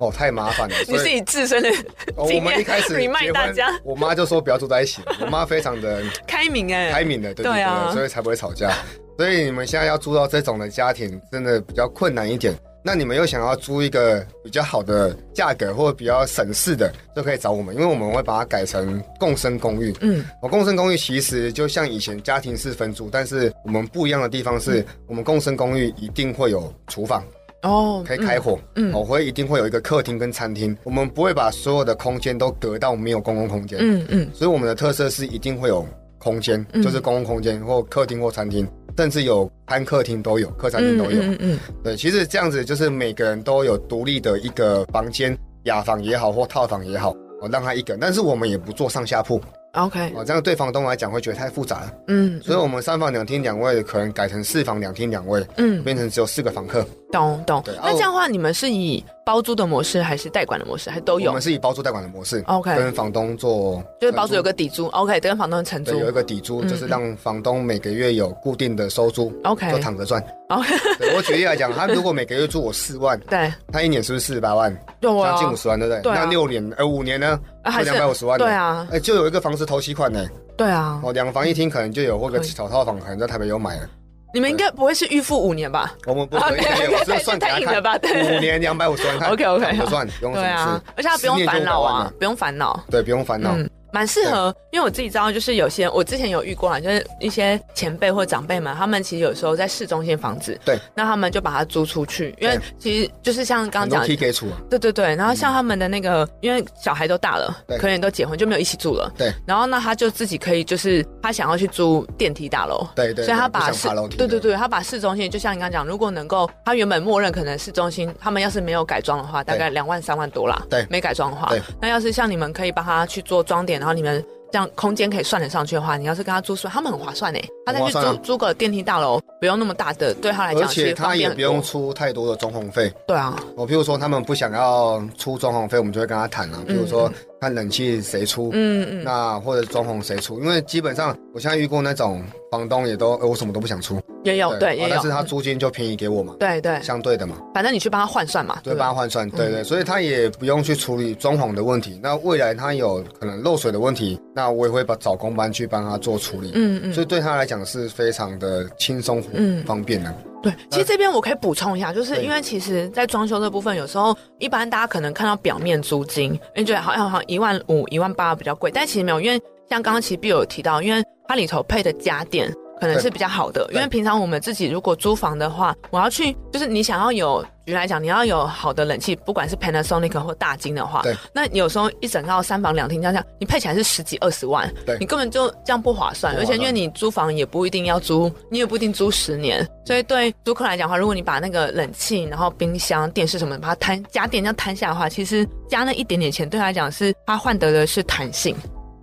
S2: 哦，太麻烦了。
S1: 你
S2: 所以
S1: 自己自身的
S2: 哦我
S1: 经
S2: 们一
S1: 验
S2: 开始
S1: remind
S2: 结
S1: 大
S2: 婚
S1: 家，
S2: 我妈就说不要住在一起，我妈非常的
S1: 开明哎、
S2: 开明的，对对
S1: 对啊
S2: 对，所以才不会吵架。所以你们现在要租到这种的家庭，真的比较困难一点。那你们又想要租一个比较好的价格或比较省事的，就可以找我们，因为我们会把它改成共生公寓。
S1: 嗯，
S2: 我共生公寓其实就像以前家庭式分租，但是我们不一样的地方
S1: 嗯
S2: 是，我们共生公寓一定会有厨房，
S1: 哦，
S2: 可以开火，
S1: 嗯嗯
S2: 我会一定会有一个客厅跟餐厅，我们不会把所有的空间都隔到没有公共空间，
S1: 嗯，嗯嗯，
S2: 所以我们的特色是一定会有空间，
S1: 嗯
S2: 就是公共空间或客厅或餐厅，甚至有餐客厅都有，客餐厅都有。
S1: 嗯嗯嗯，
S2: 对，其实这样子就是每个人都有独立的一个房间，雅房也好或套房也好，哦，让他一个人，但是我们也不做上下铺，
S1: 嗯，OK，
S2: 哦，这样对房东来讲会觉得太复杂了，
S1: 嗯，
S2: 所以我们三房两厅两卫可能改成四房两厅两卫，
S1: 嗯，
S2: 变成只有四个房客。
S1: 懂懂。
S2: 对啊
S1: 那这样的话，你们是以包租的模式，还是代管的模式，还都
S2: 我
S1: 有
S2: 们？是以包租代管的模式
S1: OK
S2: 跟房东做，
S1: 就是包租有个底租，OK，跟房东承
S2: 对
S1: 租
S2: 有一个底租，
S1: 嗯
S2: 就是让房东每个月有固定的收租，
S1: ，OK，
S2: 就躺着赚。
S1: OK，
S2: 对我举例来讲，他如果每个月租我四万，
S1: 对，
S2: 他一年是不是四十八万？
S1: 对
S2: 将近
S1: 啊
S2: 五，十万，对不对？
S1: 对啊
S2: 那六年呃五年呢，
S1: 啊还
S2: 就两百五十万。
S1: 对。啊，
S2: 哎，就有一个房子头期款呢，
S1: 对啊，
S2: 哦，两房一厅可能就有，或者
S1: 可以
S2: 小套房可能在台北有买了。
S1: 你们应该不会是预付五年吧？
S2: 我们不
S1: 啊
S2: 可以，
S1: 没有
S2: 对
S1: 没有
S2: 我就算给
S1: 太
S2: 他
S1: 硬了吧
S2: 看，
S1: 对
S2: 五年两百五 十万看
S1: OK，OK，
S2: 躺着赚，不用什
S1: 对
S2: 么
S1: 啊
S2: 事，，
S1: 而且他不用烦恼
S2: 十年就五百万
S1: 啊
S2: 了，
S1: 不用烦恼，
S2: 对，不用烦恼。
S1: 嗯，蛮适合，因为我自己知道，就是有些我之前有遇过啊，就是一些前辈或长辈们，他们其实有时候在市中心房子，
S2: 对，
S1: 那他们就把它租出去，因为
S2: 对
S1: 其实就是像刚刚
S2: 很多
S1: 讲的
S2: T 给出啊，
S1: 对对对，然后像他们的那个，因为小孩都大了，
S2: 对
S1: 可能也都结婚，就没有一起住了。
S2: 对，
S1: 然后那他就自己可以，就是他想要去租电梯大楼。
S2: 对对，
S1: 所以他
S2: 对
S1: 把
S2: 不想
S1: 市
S2: 爬楼梯，
S1: 对对，对，他把市中心就像你刚刚讲，如果能够，他原本默认可能市中心，他们要是没有改装的话，大概两万三万多啦。
S2: 对
S1: 没改装的话
S2: 对，
S1: 那要是像你们可以帮他去做装点，然后你们这样空间可以算得上去的话，你要是跟他租出来，他们很划算呢。欸他再去
S2: 很划
S1: 租、
S2: 算啊
S1: 租个电梯大楼，不用那么大的，对他来
S2: 而
S1: 讲其
S2: 且
S1: 实方
S2: 他
S1: 便
S2: 也
S1: 很
S2: 不用
S1: 多
S2: 出太多的装潢费。
S1: 对啊，
S2: 哦我譬如说他们不想要出装潢费，我们就会跟他谈啊。譬如说看冷气谁出，
S1: 嗯嗯，
S2: 那或者装潢谁出，因为基本上我现在遇过那种房东也都，呃我什么都不想出，
S1: 也有哦对
S2: 啊
S1: 也有，
S2: 但是他租金就便宜给我嘛，
S1: 对对，
S2: 相对的嘛，
S1: 反正你去帮他换算嘛，
S2: 对，
S1: 对
S2: 帮他
S1: 吧？
S2: 换算，
S1: 嗯
S2: 对对，所以他也不用去处理装潢的问题。那未来他有可能漏水的问题，那我也会把找工班去帮他做处理。
S1: 嗯嗯
S2: 所以对他来讲是非常的轻松、
S1: 嗯
S2: 方便的。
S1: 对，其实这边我可以补充一下，就是因为其实，在装修这部分，有时候一般大家可能看到表面租金，你觉得好像好像一万五、一万八比较贵，但其实没有，因为像刚刚其实必有提到，因为它里头配的家电可能是比较好的，
S4: 对
S1: 因为平常我们自己如果租房的话，我要去就是你想要有，举例来讲，你要有好的冷气，不管是 Panasonic 或大金的话
S4: 对，
S1: 那你有时候一整套三房两厅这样这样，你配起来是十几二十万，
S4: 对
S1: 你根本就这样不划算，
S4: 不划
S1: 而且因为
S4: 算
S1: 你租房也不一定要租，你也不一定租十年，所以对租客来讲的话，如果你把那个冷气、然后冰箱、电视什么的把它摊家电这样摊下的话，其实加那一点点钱对他来讲是他换得的是弹性。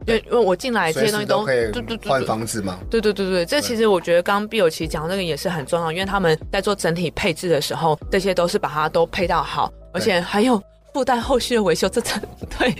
S1: 因为因为我进来这
S2: 随
S1: 些东西
S2: 时都可以
S1: 对对对
S2: 换
S1: 对
S2: 房子嘛。
S1: 对对对对，这其实我觉得刚刚碧友奇讲这个也是很重要，因为他们在做整体配置的时候，这些都是把它都配到好，而且还有附带后续的维修，这真对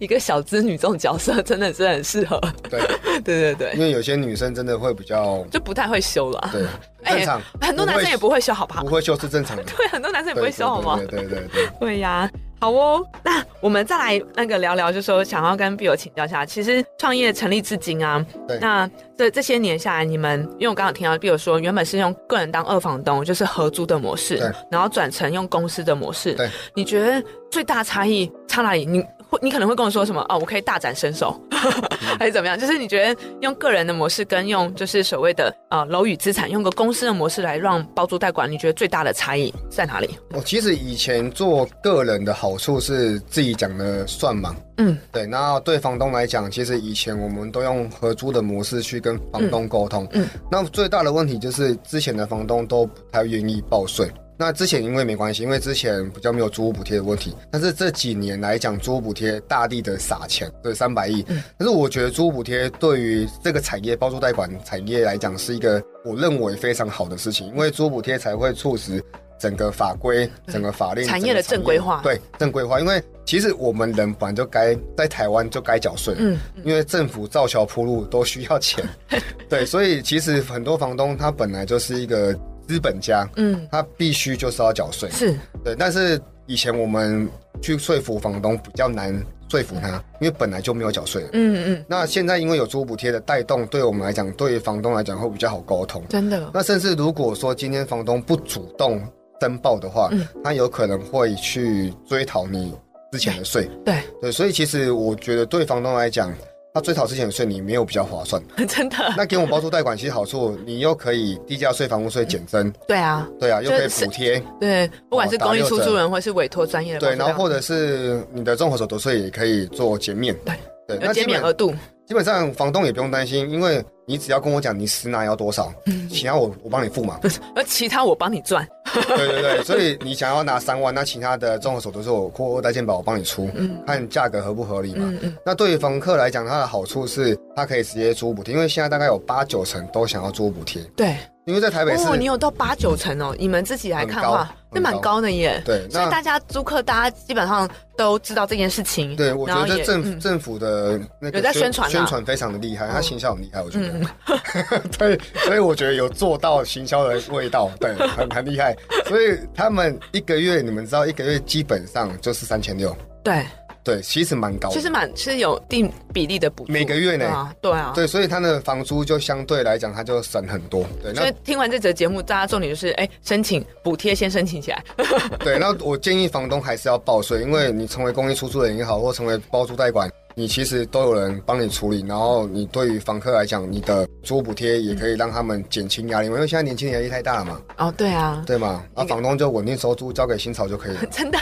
S1: 一个小资女这种角色真的是很适合。
S2: 对，
S1: 对对对
S2: 因，为有些女生真的会比较
S1: 就不太会修了。
S2: 对
S1: 哎
S2: 正常，
S1: 很多男生也不会修，好不好
S2: 不？会修是正常的，
S1: 对，很多 男生也不会修，好吗
S2: 对？对对对对，
S1: 对呀、好哦，那我们再来那个聊聊，就说想要跟 Bill 请教一下，其实创业成立至今啊
S2: 对，
S1: 那这这些年下来，你们因为我刚刚有听到 Bill 说，原本是用个人当二房东，就是合租的模式
S2: 对，
S1: 然后转成用公司的模式，
S2: 对，
S1: 你觉得最大差异差哪里？你会你可能会跟我说什么？哦，我可以大展身手，
S2: 嗯
S1: 还是怎么样？就是你觉得用个人的模式跟用就是所谓的呃楼宇资产，用个公司的模式来让包租代管，你觉得最大的差异在哪里？
S2: 我哦其实以前做个人的好处是自己讲的算嘛，
S1: 嗯，
S2: 对。那对房东来讲，其实以前我们都用合租的模式去跟房东沟通。
S1: 嗯嗯
S2: 那最大的问题就是之前的房东都不太愿意报税。那之前因为没关系，因为之前比较没有租屋补贴的问题，但是这几年来讲，租屋补贴大力的撒钱，对三百亿。
S1: 嗯
S2: 但是我觉得租屋补贴对于这个产业包租贷款产业来讲，是一个我认为非常好的事情，因为租屋补贴才会促使整个法规、整个法令、
S1: 嗯产业的
S2: 整个
S1: 正规化
S2: 对正规化。因为其实我们人本来就该在台湾就该缴税，
S1: 嗯，
S2: 因为政府造桥铺路都需要 钱，对，所以其实很多房东他本来就是一个资本家，
S1: 嗯，
S2: 他必须就是要缴税，
S1: 是，
S2: 对。但是以前我们去说服房东比较难说服他，因为本来就没有缴税了。
S1: 嗯嗯，
S2: 那现在因为有租补贴的带动，对我们来讲，对于房东来讲会比较好沟通。
S1: 真的，
S2: 那甚至如果说今天房东不主动申报的话，
S1: 嗯
S2: 他有可能会去追讨你之前的税。
S1: 对，
S2: 对，所以其实我觉得对房东来讲，他追讨之前的税你没有比较划 算。
S1: 真的，
S2: 那给我们包租贷款其实好处，你又可以地价税、房屋税 减征，
S1: 对啊，
S2: 对啊，又可以
S1: 就是
S2: 补贴，
S1: 对，不管是
S2: 哦打
S1: 公益
S2: 六
S1: 出
S2: 折
S1: 租人或是委托专业的
S2: 对，
S1: 帮助
S2: 然
S1: 代
S2: 后
S1: 管，
S2: 或者是你的综合所得税也可以做减免。
S1: 对
S2: 对，
S1: 有
S2: 那基
S1: 减免呃
S2: 本
S1: 额度，
S2: 基本上房东也不用担心，因为你只要跟我讲你实拿要 多少，其他我我帮你付嘛。
S1: 而其他我帮你赚，
S2: 对对对，所以你想要拿三万，那其他的综合手都是我或代健保我帮你出，
S1: 嗯
S2: 看价格合不合理嘛。
S1: 嗯嗯，
S2: 那对于房客来讲，它的好处是它可以直接租补贴，因为现在大概有八九成都想要租补贴，
S1: 对，
S2: 因为在台北市，
S1: 哦，你有到八九成哦，你们自己来看的
S2: 很
S1: 话
S2: 高，
S1: 那蛮
S2: 很高
S1: 高的耶，
S2: 对
S1: 所以
S2: 那
S1: 大家租客大家基本上都知道这件事情，
S2: 对我觉
S1: 然后
S2: 得
S1: 也
S2: 政、
S1: 嗯
S2: 政府的那个
S1: 有在宣传啦
S2: 宣传非常的厉害，它
S1: 嗯
S2: 行销很厉害，我觉得，
S1: 嗯，
S2: 对，所以我觉得有做到行销的味道， 对，很很厉害。所以他们一个月，你们知道，一个月基本上就是三千六，
S1: 对，
S2: 对，其实蛮高的，
S1: 其实蛮是有定比例的补助，
S2: 每个月
S1: 对
S2: 呢
S1: 啊，对啊。
S2: 对，所以他的房租就相对来讲，他就省很多。对，
S1: 所以
S2: 那
S1: 听完这则节目，大家重点就是，哎，申请补贴先申请起来，
S2: 对，那我建议房东还是要报税，因为你成为公益出租人也好，或成为包租代管，你其实都有人帮你处理。然后你对于房客来讲，你的租补贴也可以让他们减轻压力，因为现在年轻人压力太大了嘛，
S1: 哦，对啊，
S2: 对嘛？啊，房东就稳定收租，交给新潮就可以了。
S1: 真的。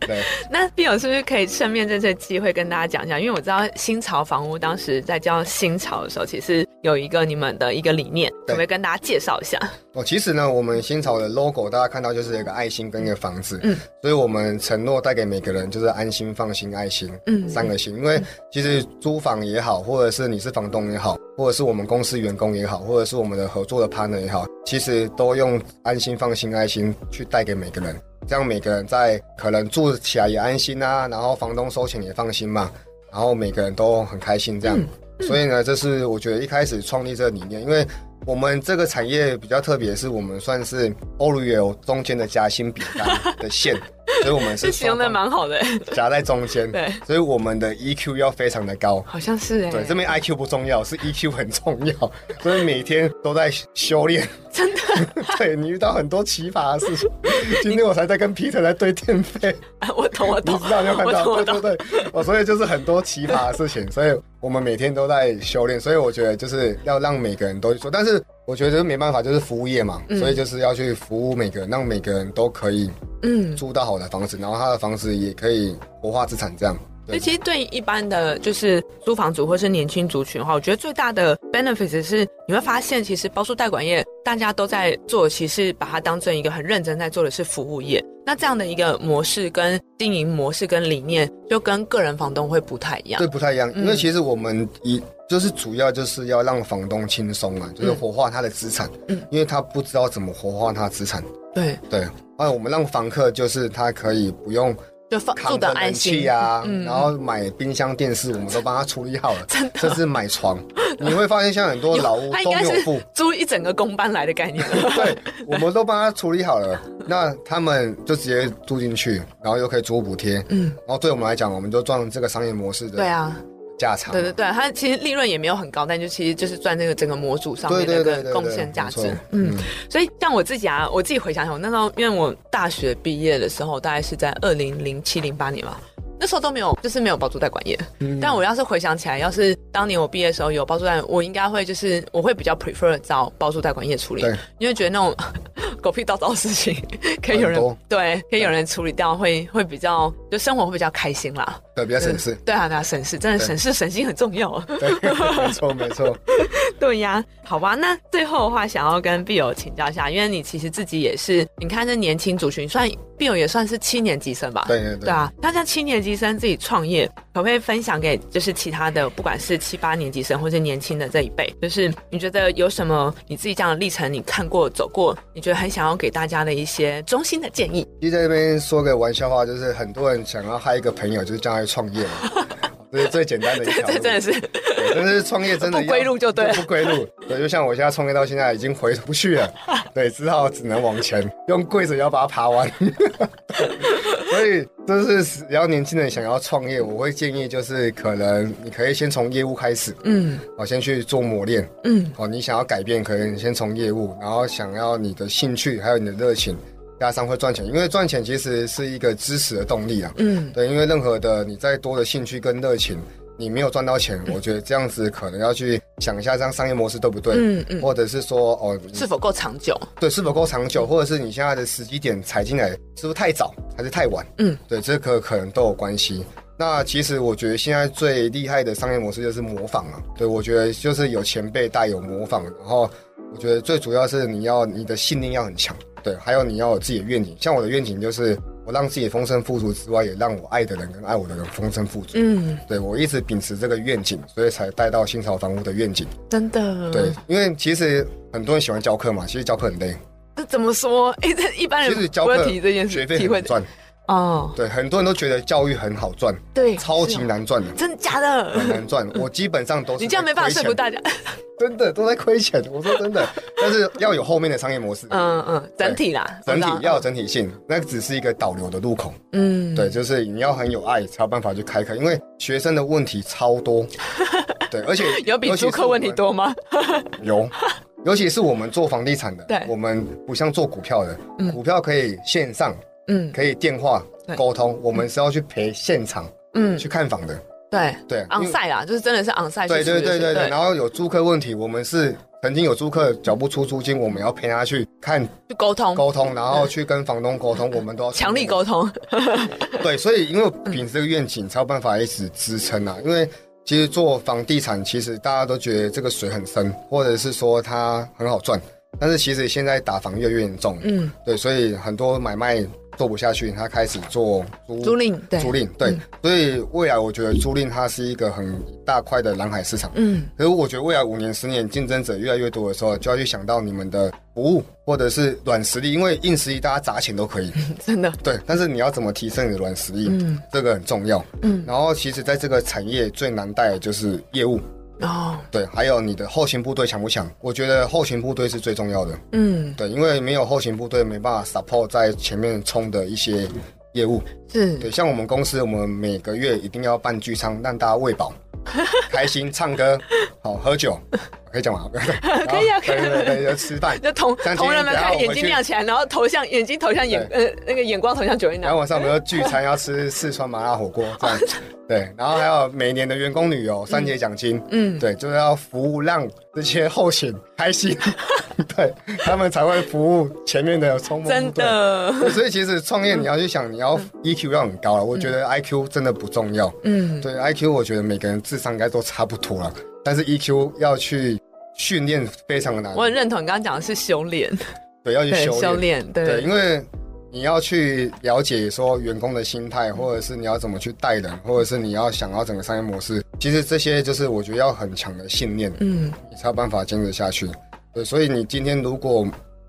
S2: 对，
S1: 那毕友是不是可以趁面这次机会跟大家讲一下？因为我知道新潮房屋当时在叫新潮的时候，其实有一个你们的一个理念，可
S2: 对
S1: 不可以跟大家介绍一下？
S2: 哦，其实呢，我们新潮的 logo 大家看到就是一个爱心跟一个房子，
S1: 嗯，
S2: 所以我们承诺带给每个人就是安心、放心、爱心，
S1: 嗯
S2: 三个心。因为其实租房也好，或者是你是房东也好，或者是我们公司员工也好，或者是我们的合作的 partner 也好，其实都用安心、放心、爱心去带给每个人，这样每个人在可能住起来也安心啊，然后房东收钱也放心嘛，然后每个人都很开心这样。所以呢，这是我觉得一开始创立这个理念，因为我们这个 产业比较特别，是我们算是 Oreo 中间的夹心饼干的馅。所以我们
S1: 这
S2: 是
S1: 形容的
S2: 双方
S1: 蛮好的，
S2: 夹在中间，
S1: 对，
S2: 所以我们的 EQ 要非常的高。
S1: 好像是哎，
S2: 对，这边 IQ 不重要，是 EQ 很重要， 所以每天都在修炼。
S1: 真的，
S2: 对你遇到很多奇葩的事 情，今天我才在跟 Peter 在对电费，
S1: 啊我懂我
S2: 你
S1: 懂，
S2: 知道你有看到，
S1: 我
S2: 对
S1: 懂
S2: 对对，哦，所以就是很多奇葩的事情，所以我们每天都在修炼，所以我觉得就是要让每个人都去做，但是我觉得没办法，就是服务业嘛，
S1: 嗯
S2: 所以就是要去服务每个人，让每个人都可以
S1: 嗯。
S2: 租到好的房子，然后他的房子也可以活化资产，这样。
S1: 所
S2: 对
S1: 以其实对于一般的就是租房族或是年轻族群的话，我觉得最大的 benefits 是你会发现，其实包租代管业大家都在做，其实把它当成一个很认真在做的是服务业。那这样的一个模式跟经营模式跟理念，就跟个人房东会不太一样
S2: 对，。不太一样，
S1: 嗯
S2: 因为其实我们一就是主要就是要让房东轻松啊，就是活化他的资产，
S1: 嗯
S2: 因为他不知道怎么活化他的资产，
S1: 对，
S2: 对。哎，我们让房客就是他可以不用
S1: 就放住
S2: 扛
S1: 的
S2: 着
S1: 安
S2: 冷气
S1: 心
S2: 啊，
S1: 嗯
S2: 然后买冰箱、电视，我们都帮他处理好 了，
S1: 真
S2: 甚至买床。你会发现，像很多老 屋
S1: 他应
S2: 都
S1: 该
S2: 有
S1: 是
S2: 付，
S1: 租一整个公班来的概念了。
S2: 对，我们都帮他处理好了，那他们就直接住进去，然后又可以租补贴，然
S1: 嗯，
S2: 后对我们来讲，我们就赚这个商业模式
S1: 对
S2: 的
S1: 啊，
S2: 价差嘛。
S1: 对对对，它其实利润也没有很高，但就其实就是赚这个整个模组上
S2: 对
S1: 面的
S2: 对
S1: 一
S2: 对
S1: 个
S2: 对，
S1: 贡献价值
S2: 没错。
S1: 嗯，所以像我自己啊，我自己回想想，我那时候因为我大学毕业的时候，大概是在二零零七零八年嘛，那时候都没有，就是没有包租代管业。
S2: 嗯
S1: 但我要是回想起来，要是当年我毕业的时候有包租代，我应该会就是我会比较 prefer 找包租代管业处理
S2: 对，
S1: 因为觉得那种 狗屁倒灶的事情 可以有人
S2: 很多
S1: 对，可以有人处理掉，会会比较就生活会比较开心啦。
S2: 对比较省事，
S1: 对啊，对啊，省事真的
S2: 对
S1: 省事省心很重要啊。
S2: 对， 没错没错。
S1: 对呀，好吧，那最后的话，想要跟碧友请教一下，因为你其实自己也是，你看这年轻族群，算碧友也算是七年级生吧？
S2: 对对对
S1: 对啊，那像七年级生自己创业，可不可以分享给就是其他的，不管是七八年级生或是年轻的这一辈，就是你觉得有什么你自己这样的历程，你看过走过，你觉得很想要给大家的一些衷心的建议？
S2: 其实在这边说个玩笑话，就是很多人想要害一个朋友，就是叫他去 创业嘛，这是最简单的一
S1: 这
S2: 条路。
S1: 这真的是
S2: 对但是创业真的要
S1: 不归路就对了
S2: 不归路。对，就像我现在创业到现在已经回不去 了，对，只好只能往前用跪着也要把它爬完。 所以就是只要年轻人想要创业，我会建议就是可能你可以先从业务开始，
S1: 嗯
S2: 哦，先去做磨练。
S1: 嗯
S2: 哦，你想要改变，可能先从业务，然后想要你的兴趣，还有你的热情，加上会赚钱，因为赚钱其实是一个支持的动力啊。
S1: 嗯，
S2: 对，因为任何的你再多的兴趣跟热情，你没有赚到钱，我觉得这样子可能要去想一下，这样商业模式对不对？
S1: 嗯嗯
S2: 或者是说，哦，你
S1: 是否够长久？
S2: 对是否够长久，或者是你现在的时机点踩进来是不是太早还是太晚？
S1: 嗯，
S2: 对，这个可能都有关系。那其实我觉得现在最厉害的商业模式就是模仿啊。对，我觉得就是有前辈带有模仿，然后我觉得最主要是你要你的信念要很强，对，还有你要有自己的愿景。像我的愿景就是我让自己丰盛富足之外，也让我爱的人跟爱我的人丰盛富足。
S1: 嗯，
S2: 对我一直秉持这个愿景，所以才带到新潮房屋的愿景。
S1: 真的
S2: 对，因为其实很多人喜欢教课嘛，其实教课很累。
S1: 这怎么说？ 哎、这一般人
S2: 其实教
S1: 不
S2: 课
S1: 会提这件
S2: 学
S1: 事，
S2: 费
S1: 体会
S2: 很
S1: 的
S2: 赚，
S1: 哦，
S2: 对，很多人都觉得教育很好赚，
S1: 对，
S2: 超级
S1: 是哦，
S2: 难赚的，
S1: 真的假的？
S2: 很难赚。我基本上都是
S1: 你这样没办法说服大家。
S2: 在亏钱，真的都在亏钱。我说真的，但是要有后面的商业模式，
S1: 嗯嗯，整体啦，
S2: 整体
S1: 我知道
S2: 要有整体性，那只是一个导流的入口。
S1: 嗯，
S2: 对，，就是你要很有爱才有办法去开课，因为学生的问题 超多，对，而且
S1: 有比租客问题，多吗？
S2: 尤其是我们有。尤其是我们做房地产的，
S1: 对
S2: 我们不像做股票的，
S1: 嗯
S2: 股票可以线上，
S1: 嗯
S2: 可以电话
S1: 对
S2: 沟通，我们是要去陪现场
S1: 嗯，
S2: 去看房的，
S1: 对
S2: 对
S1: 昂
S2: 因为
S1: 赛啦，就是真的是昂赛哦去
S2: 对
S1: 处理
S2: 对
S1: 的事。
S2: 对对对，然后有租客问题，我们是曾经有租客缴不出租金，我们要陪他去看
S1: 去沟通，
S2: 沟通，然后去跟房东沟通，我们都要
S1: 强力沟通。
S2: 对，所以因为秉持这个愿景，才有办法一直支撑啊。因为其实做房地产，其实大家都觉得这个水很深，或者是说它很好赚，但是其实现在打房越来越严重，
S1: 嗯，
S2: 对，所以很多买卖做不下去，他开始做租
S1: 租赁对，嗯
S2: 租赁，对，所以未来我觉得租赁它是一个很大块的蓝海市场。
S1: 嗯
S2: 可是我觉得未来五年、十年竞争者越来越多的时候，就要去想到你们的服务或者是软实力，因为硬实力大家砸钱都 可以，
S1: 真的，
S2: 对。但是你要怎么提升你的软实力，
S1: 嗯
S2: 这个很重要。
S1: 嗯，
S2: 然后其实在这个产业最难带的就是业务，
S1: 哦，
S2: 对，还有你的后勤部队强不强？我觉得后勤部队是最重要的，
S1: 嗯
S2: 对，因为没有后勤部队没办法 support 在前面冲的一些业务。
S1: 是
S2: 对，像我们公司，我们每个月一定要办聚餐，让大家 喂饱、开心、唱歌、好喝酒，可以讲吗？ 可
S1: 可以啊可以
S2: 对对对，要吃 饭。
S1: 就同
S2: 像今天
S1: 同仁们
S2: 等下
S1: 开
S2: 我
S1: 始眼
S2: 回
S1: 睛
S2: 去
S1: 亮起来，然后投向眼睛投向眼呃那个眼光投向九一
S2: 然
S1: 男
S2: 后，晚上我们要聚餐，要吃四川麻辣火锅这样。对，然后还有每年的员工旅游、三节奖金，
S1: 嗯，
S2: 对，就是要服务让这些后勤开心， 对他们才会服务前面的冲锋
S1: 真
S2: 部队。
S1: 的，
S2: 对 所以其实创业你要去想，你要 EQ 要很高啊了。我觉得 IQ 真的不重要，
S1: 嗯，
S2: 对 IQ 我觉得每个人智商应该都差不多了，但是 EQ 要去训练非常的难
S1: 我，很认同你刚刚讲的是修炼，
S2: 对，要去
S1: 对，
S2: 修
S1: 修
S2: 炼，
S1: 炼，
S2: 对，
S1: 对，
S2: 因为你要去了解说员工的心态，或者是你要怎么去带人，或者是你要想要整个商业模式，其实这些就是我觉得要很强的信念，
S1: 嗯，
S2: 你才有办法坚持下去。对，所以你今天如果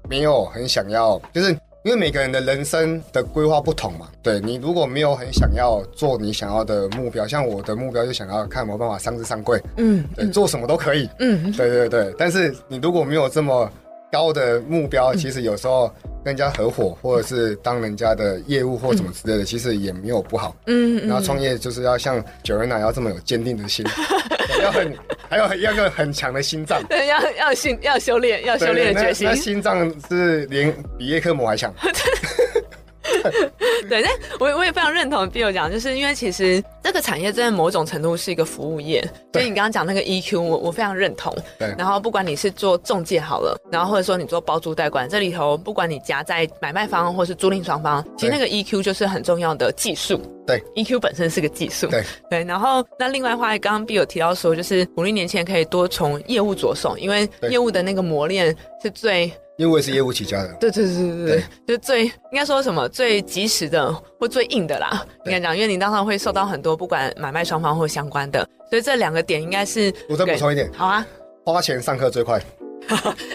S2: 没有很想要，就是因为每个人的人生的规划不同嘛。对你如果没有很想要做你想要的目标，像我的目标就想要看有没有办法上市上柜，
S1: 嗯，
S2: 对，做什么都可以。
S1: 嗯，
S2: 对对对，但是你如果没有这么高的目
S1: 嗯
S2: 标，其实有时候跟人家合伙，或者是当人家的业务或什么之类的，其实也没有不好。
S1: 嗯，
S2: 然后创业就是要像九人奶要这么有坚定 的心，对要很还有要有很强的心脏。
S1: 对，嗯要要心要修炼，要修炼的决心
S2: 对那那。心脏是连比叶克膜还强。
S1: 对，但我我也非常认同 Bill 讲，就是因为其实这个产业真的某种程度是一个服务业，所
S2: 对
S1: 以你刚刚讲那个 EQ，我我非常认同。
S2: 对
S1: 然后不管你是做中介好了，然后或者说你做包租代管，这里头不管你夹在买卖方或是租赁双方，其实那个 EQ 就是很重要的技术。
S2: 对
S1: ，EQ 本身是个技术。
S2: 对
S1: 对，然后那另外的话，刚刚 Bill 有提到说，就是鼓励年轻人可以多从业务着手，因为
S2: 对
S1: 业务的那个磨练是最
S2: 因为我也是业务起家的，
S1: 对对对对对
S2: 对，
S1: 就是最应该说什么最及时的或最硬的啦，应
S2: 对
S1: 该讲，因为你当然会受到很多不管买卖双方或相关的，所以这两个点应该是
S2: 我再补
S1: 给
S2: 充一点，
S1: 好啊，
S2: 花钱上课最快，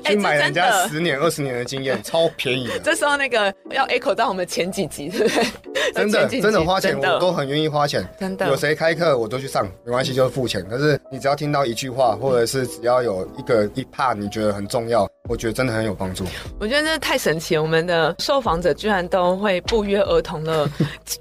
S1: 哎
S2: 去买
S1: 这
S2: 人
S1: 真
S2: 家
S1: 的
S2: 十年、二十年的经验，超便宜的。
S1: 这时候那个要 echo 到我们前几集，对不对？
S2: 真
S1: 前
S2: 的，
S1: 几集
S2: 真的花钱，
S1: 真的
S2: 我都很愿意花钱。
S1: 真的
S2: 有谁开课我都去上，没关系，就是付钱。但是你只要听到一句话，或者是只要有一个一 part 你觉得很重要，我觉得真的很有帮助。
S1: 我觉得这太神奇了，我们的受访者居然都会不约而同 的，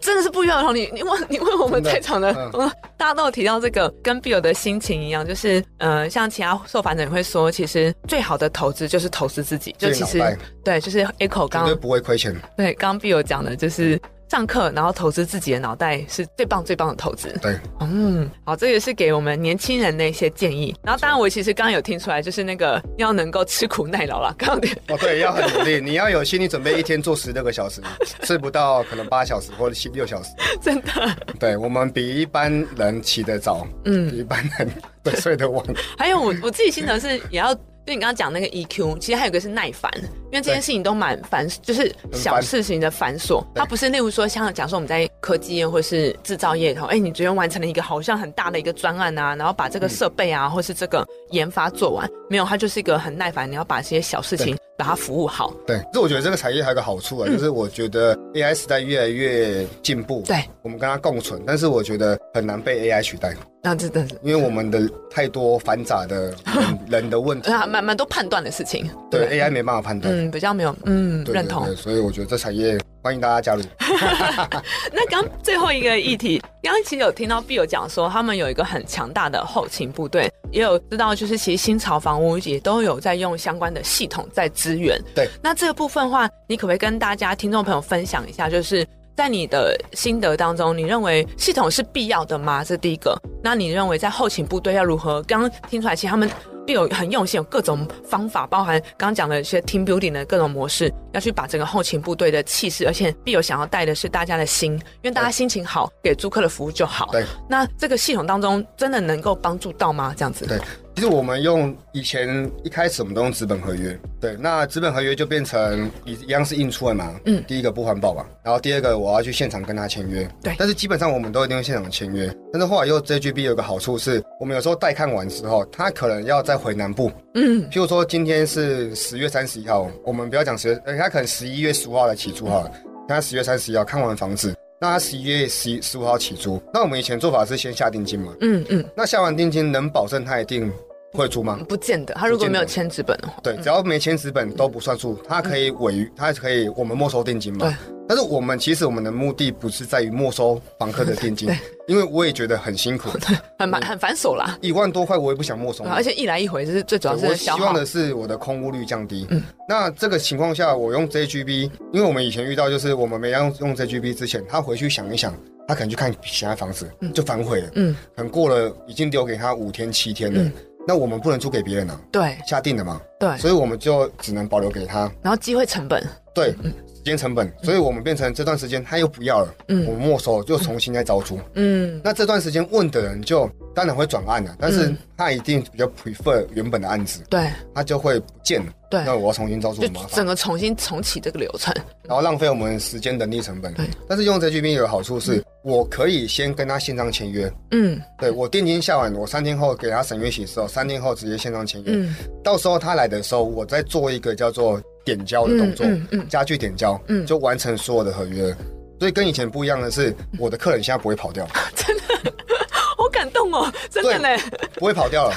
S1: 真的是不约而同。你你问你问我们
S2: 真
S1: 在
S2: 的
S1: 场的，
S2: 嗯
S1: 嗯大家都有提到这个，跟 Bill 的心情一样，就是呃，像其他受访者也会说，其实最好的投资就是投资自己，就
S2: 自己
S1: 其
S2: 脑
S1: 实
S2: 袋
S1: 对，就是 Echo
S2: 绝
S1: 刚
S2: 对不会亏钱。
S1: 对刚刚 Bill 讲的就是。上课，然后投资自己的脑袋是最棒最棒的投资。
S2: 对，
S1: 嗯，好，这个是给我们年轻人的一些建议。然后，当然我其实刚刚有听出来，就是那个要能够吃苦耐劳啦。刚 刚
S2: 哦，对，要很努力，你要有心理准备，一天做十六个小时，睡不到可能八小时或者七六小时。
S1: 真的，
S2: 对我们比一般人起得早，
S1: 嗯
S2: 比一般人对睡得晚。
S1: 还有我我自己心得是，也要对你刚刚讲那个 EQ，其实还有一个是耐烦，因为这件事情都蛮繁，就是小事情的繁琐，它不是例如说像假如说我们在科技业或是制造业里头，哎、你昨天完成了一个好像很大的一个专案啊，然后把这个设备啊、或是这个研发做完，没有，它就是一个很耐烦，你要把这些小事情把它服务好，
S2: 对， 可是我觉得这个产业还有个好处啊，就是我觉得 AI 时代越来越进步，
S1: 嗯对，
S2: 我们跟它共存，但是我觉得很难被 AI 取代，
S1: 那这真的是。
S2: 因为我们的太多繁杂的 人人的问题，
S1: 啊，蛮蛮多判断的事情，
S2: 对 AI 没办法判断。
S1: 嗯，比较没有，嗯，
S2: 对
S1: 认同
S2: 对。对，所以我觉得这产业欢迎大家加入。
S1: 那刚最后一个议题，刚刚其实有听到 B 有讲说，他们有一个很强大的后勤部队，也有知道就是其实新潮房屋也都有在用相关的系统在支援。
S2: 对，
S1: 那这个部分的话，你可不可以跟大家听众朋友分享一下，就是在你的心得当中，你认为系统是必要的吗？这第一个。那你认为在后勤部队要如何？刚刚听出来，其实他们必有很用心，有各种方法，包含刚刚讲的一些 team building 的各种模式，要去把整个后勤部队的气势，而且必有想要带的是大家的心，因为大家心情好，给租客的服务就好。
S2: 对，
S1: 那这个系统当中真的能够帮助到吗？这样子？
S2: 对其实我们用以前一开始我们都用资本合约，对，那资本合约就变成一一样是印出来嘛，
S1: 嗯
S2: 第一个不环保嘛，然后第二个我要去现场跟他签约，
S1: 对
S2: 但是基本上我们都一定会现场签约，但是后来又 JGB 有个好处是，我们有时候带看完之后，他可能要再回南部，
S1: 嗯
S2: 譬如说今天是十月三十一号，我们不要讲十月，呃，他可能十一月十五号来起租好了，他十月三十一号看完房子，那他十一月十十五号起租，那我们以前做法是先下定金嘛，
S1: 嗯嗯，
S2: 那下完定金能保证他一定会租
S5: 嗯
S2: 吗？
S1: 不见得，他如果没有
S2: 不见
S1: 签纸本的话，
S5: 嗯
S2: 对，只要没签纸本都不算数，他可以违约，他可以我们没收定金嘛。但是我们其实我们的目的不是在于没收房客的定金，因为我也觉得很 辛苦，
S5: 很
S2: 嗯
S5: 蛮很繁琐啦。
S2: 一万多块我也不想没收
S5: 对
S2: 你
S5: 吧，而且一来一回，就是最主要
S2: 对我
S5: 是
S2: 希
S5: 消
S2: 望
S5: 耗。
S2: 的是我的空屋率降低。
S5: 嗯
S2: 那这个情况下，我用 JGB，因为我们以前遇到就是我们没用用 JGB 之前，他回去想一想，他可能去看其他房子，就反悔了。
S5: 嗯，
S2: 可能过了已经留给他五天七天了，
S5: 嗯
S2: 那我们不能租给别人啊，
S5: 对
S2: 下定了嘛，
S5: 对，
S2: 所以我们就只能保留给他。
S5: 然后机会成本，
S2: 对，时间成本，所以我们变成这段时间他又不要了，
S5: 嗯
S2: 我们没收就重新再招租。
S5: 嗯，
S2: 那这段时间问的人就当然会转案了、但是
S5: 嗯
S2: 他一定比较 prefer 原本的案子，
S5: 对
S2: 他就会不见了。
S5: 对，
S2: 那我要重新招租
S5: 就
S2: 很麻烦
S5: 整，个重新重启这个流程。
S2: 然后浪费我们时间人力成本
S5: 对。
S2: 但是用 JGB 有个好处是，我可以先跟他线上签约，
S5: 嗯
S2: 对我定金下完，我三天后给他审阅启事后，哦三天后直接线上签约。
S5: 嗯，
S2: 到时候他来的时候，我再做一个叫做点交的动作，
S5: 嗯嗯嗯
S2: 家具点交，
S5: 嗯
S2: 就完成所有的合约。所以跟以前不一样的是，我的客人现在不会跑 掉，
S5: 好感动哦，真的呢，
S2: 不会跑掉了。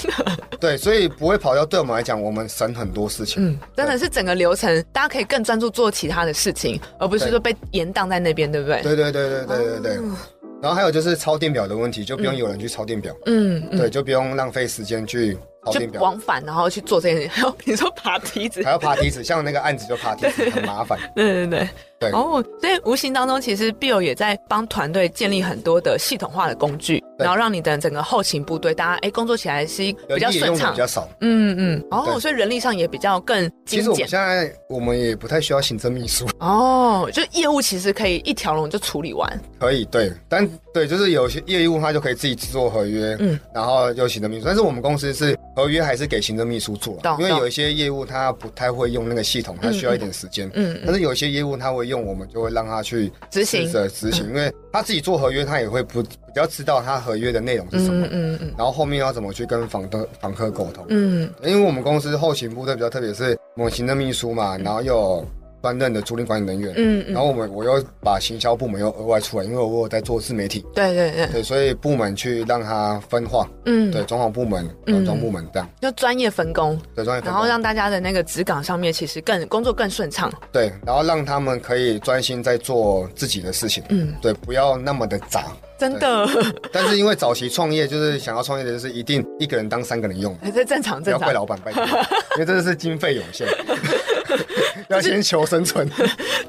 S2: 对，所以不会跑掉，对我们来讲，我们省很多事情。
S5: 嗯，真的是整个流程，大家可以更专注做其他的事情，而不是
S2: 对
S5: 说被延宕在那边，对不对？
S2: 对对对对对对对。
S5: 哦
S2: 然后还有就是抄电表的问题，就不用有人去抄电表，
S5: 嗯嗯，
S2: 对，就不用浪费时间去抄电
S5: 就
S2: 表，
S5: 往返然后去做这件事。还有 你说爬梯子
S2: 还，要爬梯子，像那个案子就爬梯子，很麻烦。
S5: 对对对。
S2: 对，
S5: 哦，所以无形当中，其实 Bill 也在帮团队建立很多的系统化的工具，
S2: 对
S5: 然后让你的整个后勤部队，大家哎工作起来是一 比
S2: 人
S5: 较
S2: 力也
S5: 顺
S2: 用的
S5: 畅
S2: 比。较少。
S5: 嗯嗯，哦，
S2: 对
S5: 所以人力上也比较更
S2: 其
S5: 精
S2: 实我们
S5: 简
S2: 现在我们也不太需要行政秘书，
S5: 哦，就业务其实可以一条龙就处理完，
S2: 可以对，但对就是有些业务他就可以自己制作合约，
S5: 嗯
S2: 嗯，然后有行政秘书，但是我们公司是合约还是给行政秘书做
S5: 懂
S2: 啊，因为
S5: 懂
S2: 有一些业务他不太会用那个系统，他需要一点时间。
S5: 嗯，嗯
S2: 但是有一些业务他会用，我们就会让他去
S5: 执行嗯
S2: 试着执行，因为他自己做合约，他也会不比较知道他合约的内容是什么，
S5: 嗯嗯嗯
S2: 然后后面要怎么去跟房的房客沟通。
S5: 嗯，
S2: 因为我们公司后勤部队比较特别，是我们行政秘书嘛，然后又有专任的租赁管理人员，
S5: 嗯嗯
S2: 然后我们我又把行销部门又额外出来，因为我有在做自媒体，
S5: 对对对，
S2: 对，所以部门去让它分化，
S5: 嗯，
S2: 对，装潢部门、
S5: 嗯
S2: 软装部门这样，
S5: 就专业分工，
S2: 对，专业分
S5: 嗯然
S2: 工
S5: 后让大家的那个职岗上面其实更工作更顺畅，
S2: 对，然后让他们可以专心在做自己的事情，
S5: 嗯，
S2: 对，不要那么的杂。
S5: 真的，
S2: 但是因为早期创业就是想要创业的，就是一定一个人当三个人用，
S5: 这正常
S2: 不
S5: 正
S2: 要怪
S5: 常，
S2: 老板，拜托，因为真的是经费有限，要先求生存。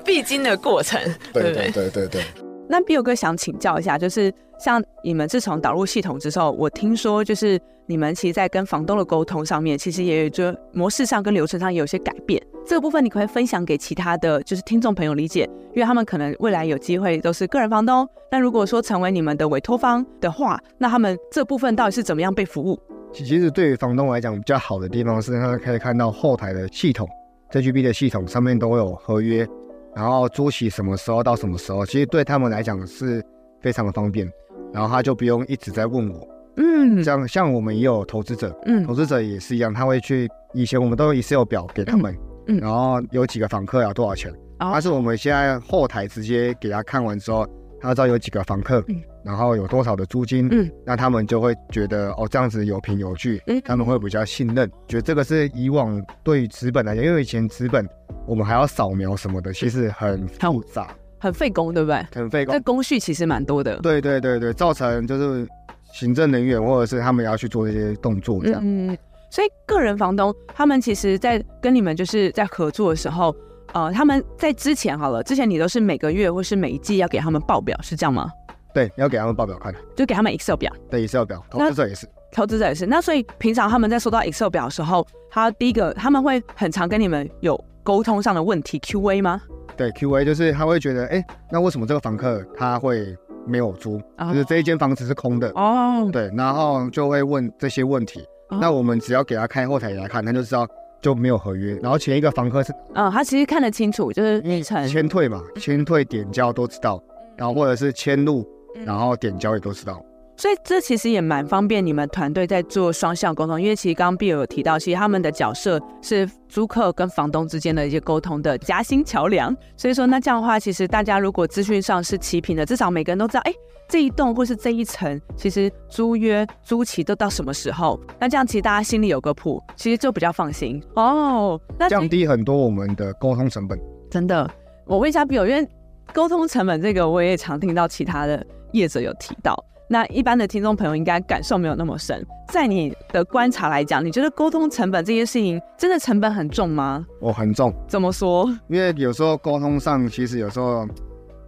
S5: 必经的过程，
S2: 对
S5: 不
S2: 对对对对。
S1: 那 Bill 哥想请教一下，就是像你们自从导入系统之后，我听说就是你们其实在跟房东的沟通上面，其实也有就模式上跟流程上也有些改变。这个部分你可不可以分享给其他的就是听众朋友理解，因为他们可能未来有机会都是个人房东，那如果说成为你们的委托方的话，那他们这部分到底是怎么样被服务？
S6: 其其实对于房东来讲，比较好的地方是，他可以看到后台的系统，JGB 的系统上面都会有合约，然后租期什么时候到什么时候，其实对他们来讲是非常的方便，然后他就不用一直在问我。
S1: 嗯
S6: 这样像我们也有投资者，
S1: 嗯
S6: 投资者也是一样，他会去以前我们都有 Excel 表给他们，
S1: 嗯嗯
S6: 然后有几个房客要多少钱，
S1: 哦
S6: 但是我们现在后台直接给他看完之后，他知道有几个房客，
S1: 嗯
S6: 然后有多少的租金，
S1: 嗯
S6: 那他们就会觉得哦这样子有凭有据，
S1: 嗯
S6: 他们会比较信任，觉得这个是以往对于纸本来讲，因为以前纸本我们还要扫描什么的，其实很复杂，
S1: 很费工，对不对？
S6: 很费工
S1: 这，工序其实蛮多的。
S6: 对对对对，造成就是行政人员或者是他们也要去做这些动作这样。
S1: 嗯，嗯所以个人房东他们其实，在跟你们就是在合作的时候，呃，他们在之前好了，之前你都是每个月或是每一季要给他们报表，是这样吗？
S6: 对，要给他们报表看，
S1: 就给他们 Excel 表，
S6: 对 Excel 表，投
S1: 那
S6: 资者也是，
S1: 投资者也是。那所以平常他们在收到 Excel 表的时候，他第一个他们会很常跟你们有沟通上的问题 Q&A 吗？
S6: 对 Q&A 就是他会觉得，哎，那为什么这个房客他会没有租？
S1: 啊
S6: 就是这一间房子是空的，
S1: 哦，
S6: 对，然后就会问这些问题。
S1: 哦
S6: 那我们只要给他看后台给他看，他就知道就没有合约。然后前一个房客是
S1: 嗯，他其实看得清楚，就是
S6: 嗯
S1: 日程，嗯
S6: 签退嘛，签退点交都知道，然后或者是签入，
S1: 嗯
S6: 然后点交也都知道。
S1: 所以这其实也蛮方便你们团队在做双向沟通，因为其实刚刚 Bill 有提到，其实他们的角色是租客跟房东之间的一些沟通的夹心桥梁。所以说，那这样的话，其实大家如果资讯上是齐平的，至少每个人都知道，哎，这一栋或是这一层，其实租约租期都到什么时候？那这样其实大家心里有个谱，其实就比较放心哦。那所以
S6: 降低很多我们的沟通成本。
S1: 真的，我问一下 Bill，因为
S7: 沟通成本这个我也常听到其他的业者有提到。那一般的听众朋友应该感受没有那么深，在你的观察来讲，你觉得沟通成本这件事情真的成本很重吗？
S2: 哦，很重，
S7: 怎么说？
S2: 因为有时候沟通上其实有时候，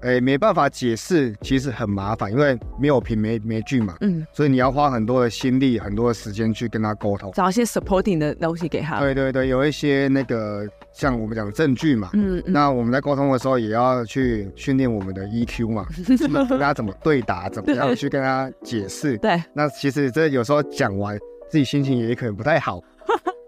S2: 哎、没办法解释，其实很麻烦，因为没有凭没没据嘛，
S7: 嗯，
S2: 所以你要花很多的心力、很多的时间去跟他沟通。
S7: 找一些 supporting 的东西给他。
S2: 对对对，有一些那个像我们讲证据嘛，
S7: 嗯，嗯
S2: 那我们在沟通的时候也要去训练我们的 EQ 嘛，跟他怎么对答，怎么样去跟他解释。
S7: 对，
S2: 那其实这有时候讲完，自己心情也可能不太好，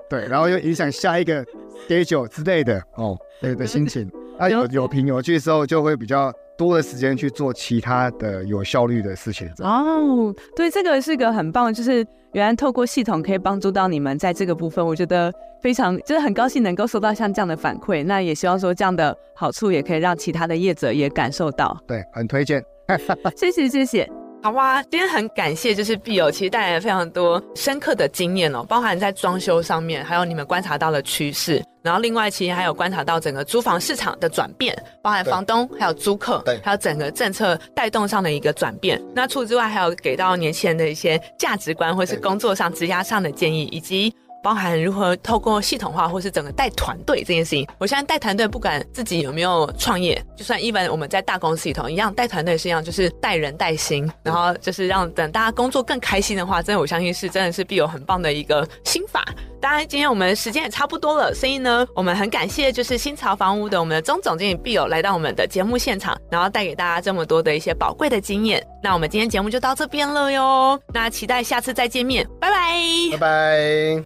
S2: 对，然后又影响下一个 schedule 之类的哦，对的心情。那有有凭有据之后，就会比较多的时间去做其他的有效率的事情。
S7: 哦，对，这个是个很棒，就是原来透过系统可以帮助到你们在这个部分，我觉得非常就是很高兴能够收到像这样的反馈。那也希望说这样的好处也可以让其他的业者也感受到。
S2: 对，很推荐。
S7: 谢谢，谢谢。
S1: 好啊，今天很感谢，就是碧友其实带来非常多深刻的经验哦，包含在装修上面，还有你们观察到的趋势，然后另外其实还有观察到整个租房市场的转变，包含
S8: 对
S1: 房东还有租客，
S8: 对
S1: 还有整个政策带动上的一个转变。那除此之外，还有给到年轻人的一些价值观或是
S8: 对
S1: 工作上、职涯上的建议，以及包含如何透过系统化或是整个带团队这件事情。我相信带团队不管自己有没有创业，就算 even 我们在大公司里头一样，带团队是一样，就是带人带心，然后就是让等大家工作更开心的话，真的我相信是真的是必有很棒的一个心法。当然，今天我们时间也差不多了，所以呢，我们很感谢就是新潮房屋的我们的钟总经理必友来到我们的节目现场，然后带给大家这么多的一些宝贵的经验。那我们今天节目就到这边了哟，那期待下次再见面，拜拜
S8: 拜拜。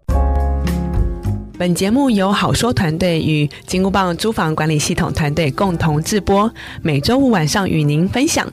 S1: 本节目由好说团队与金箍棒租房管理系统团队共同制播，每周五晚上与您分享。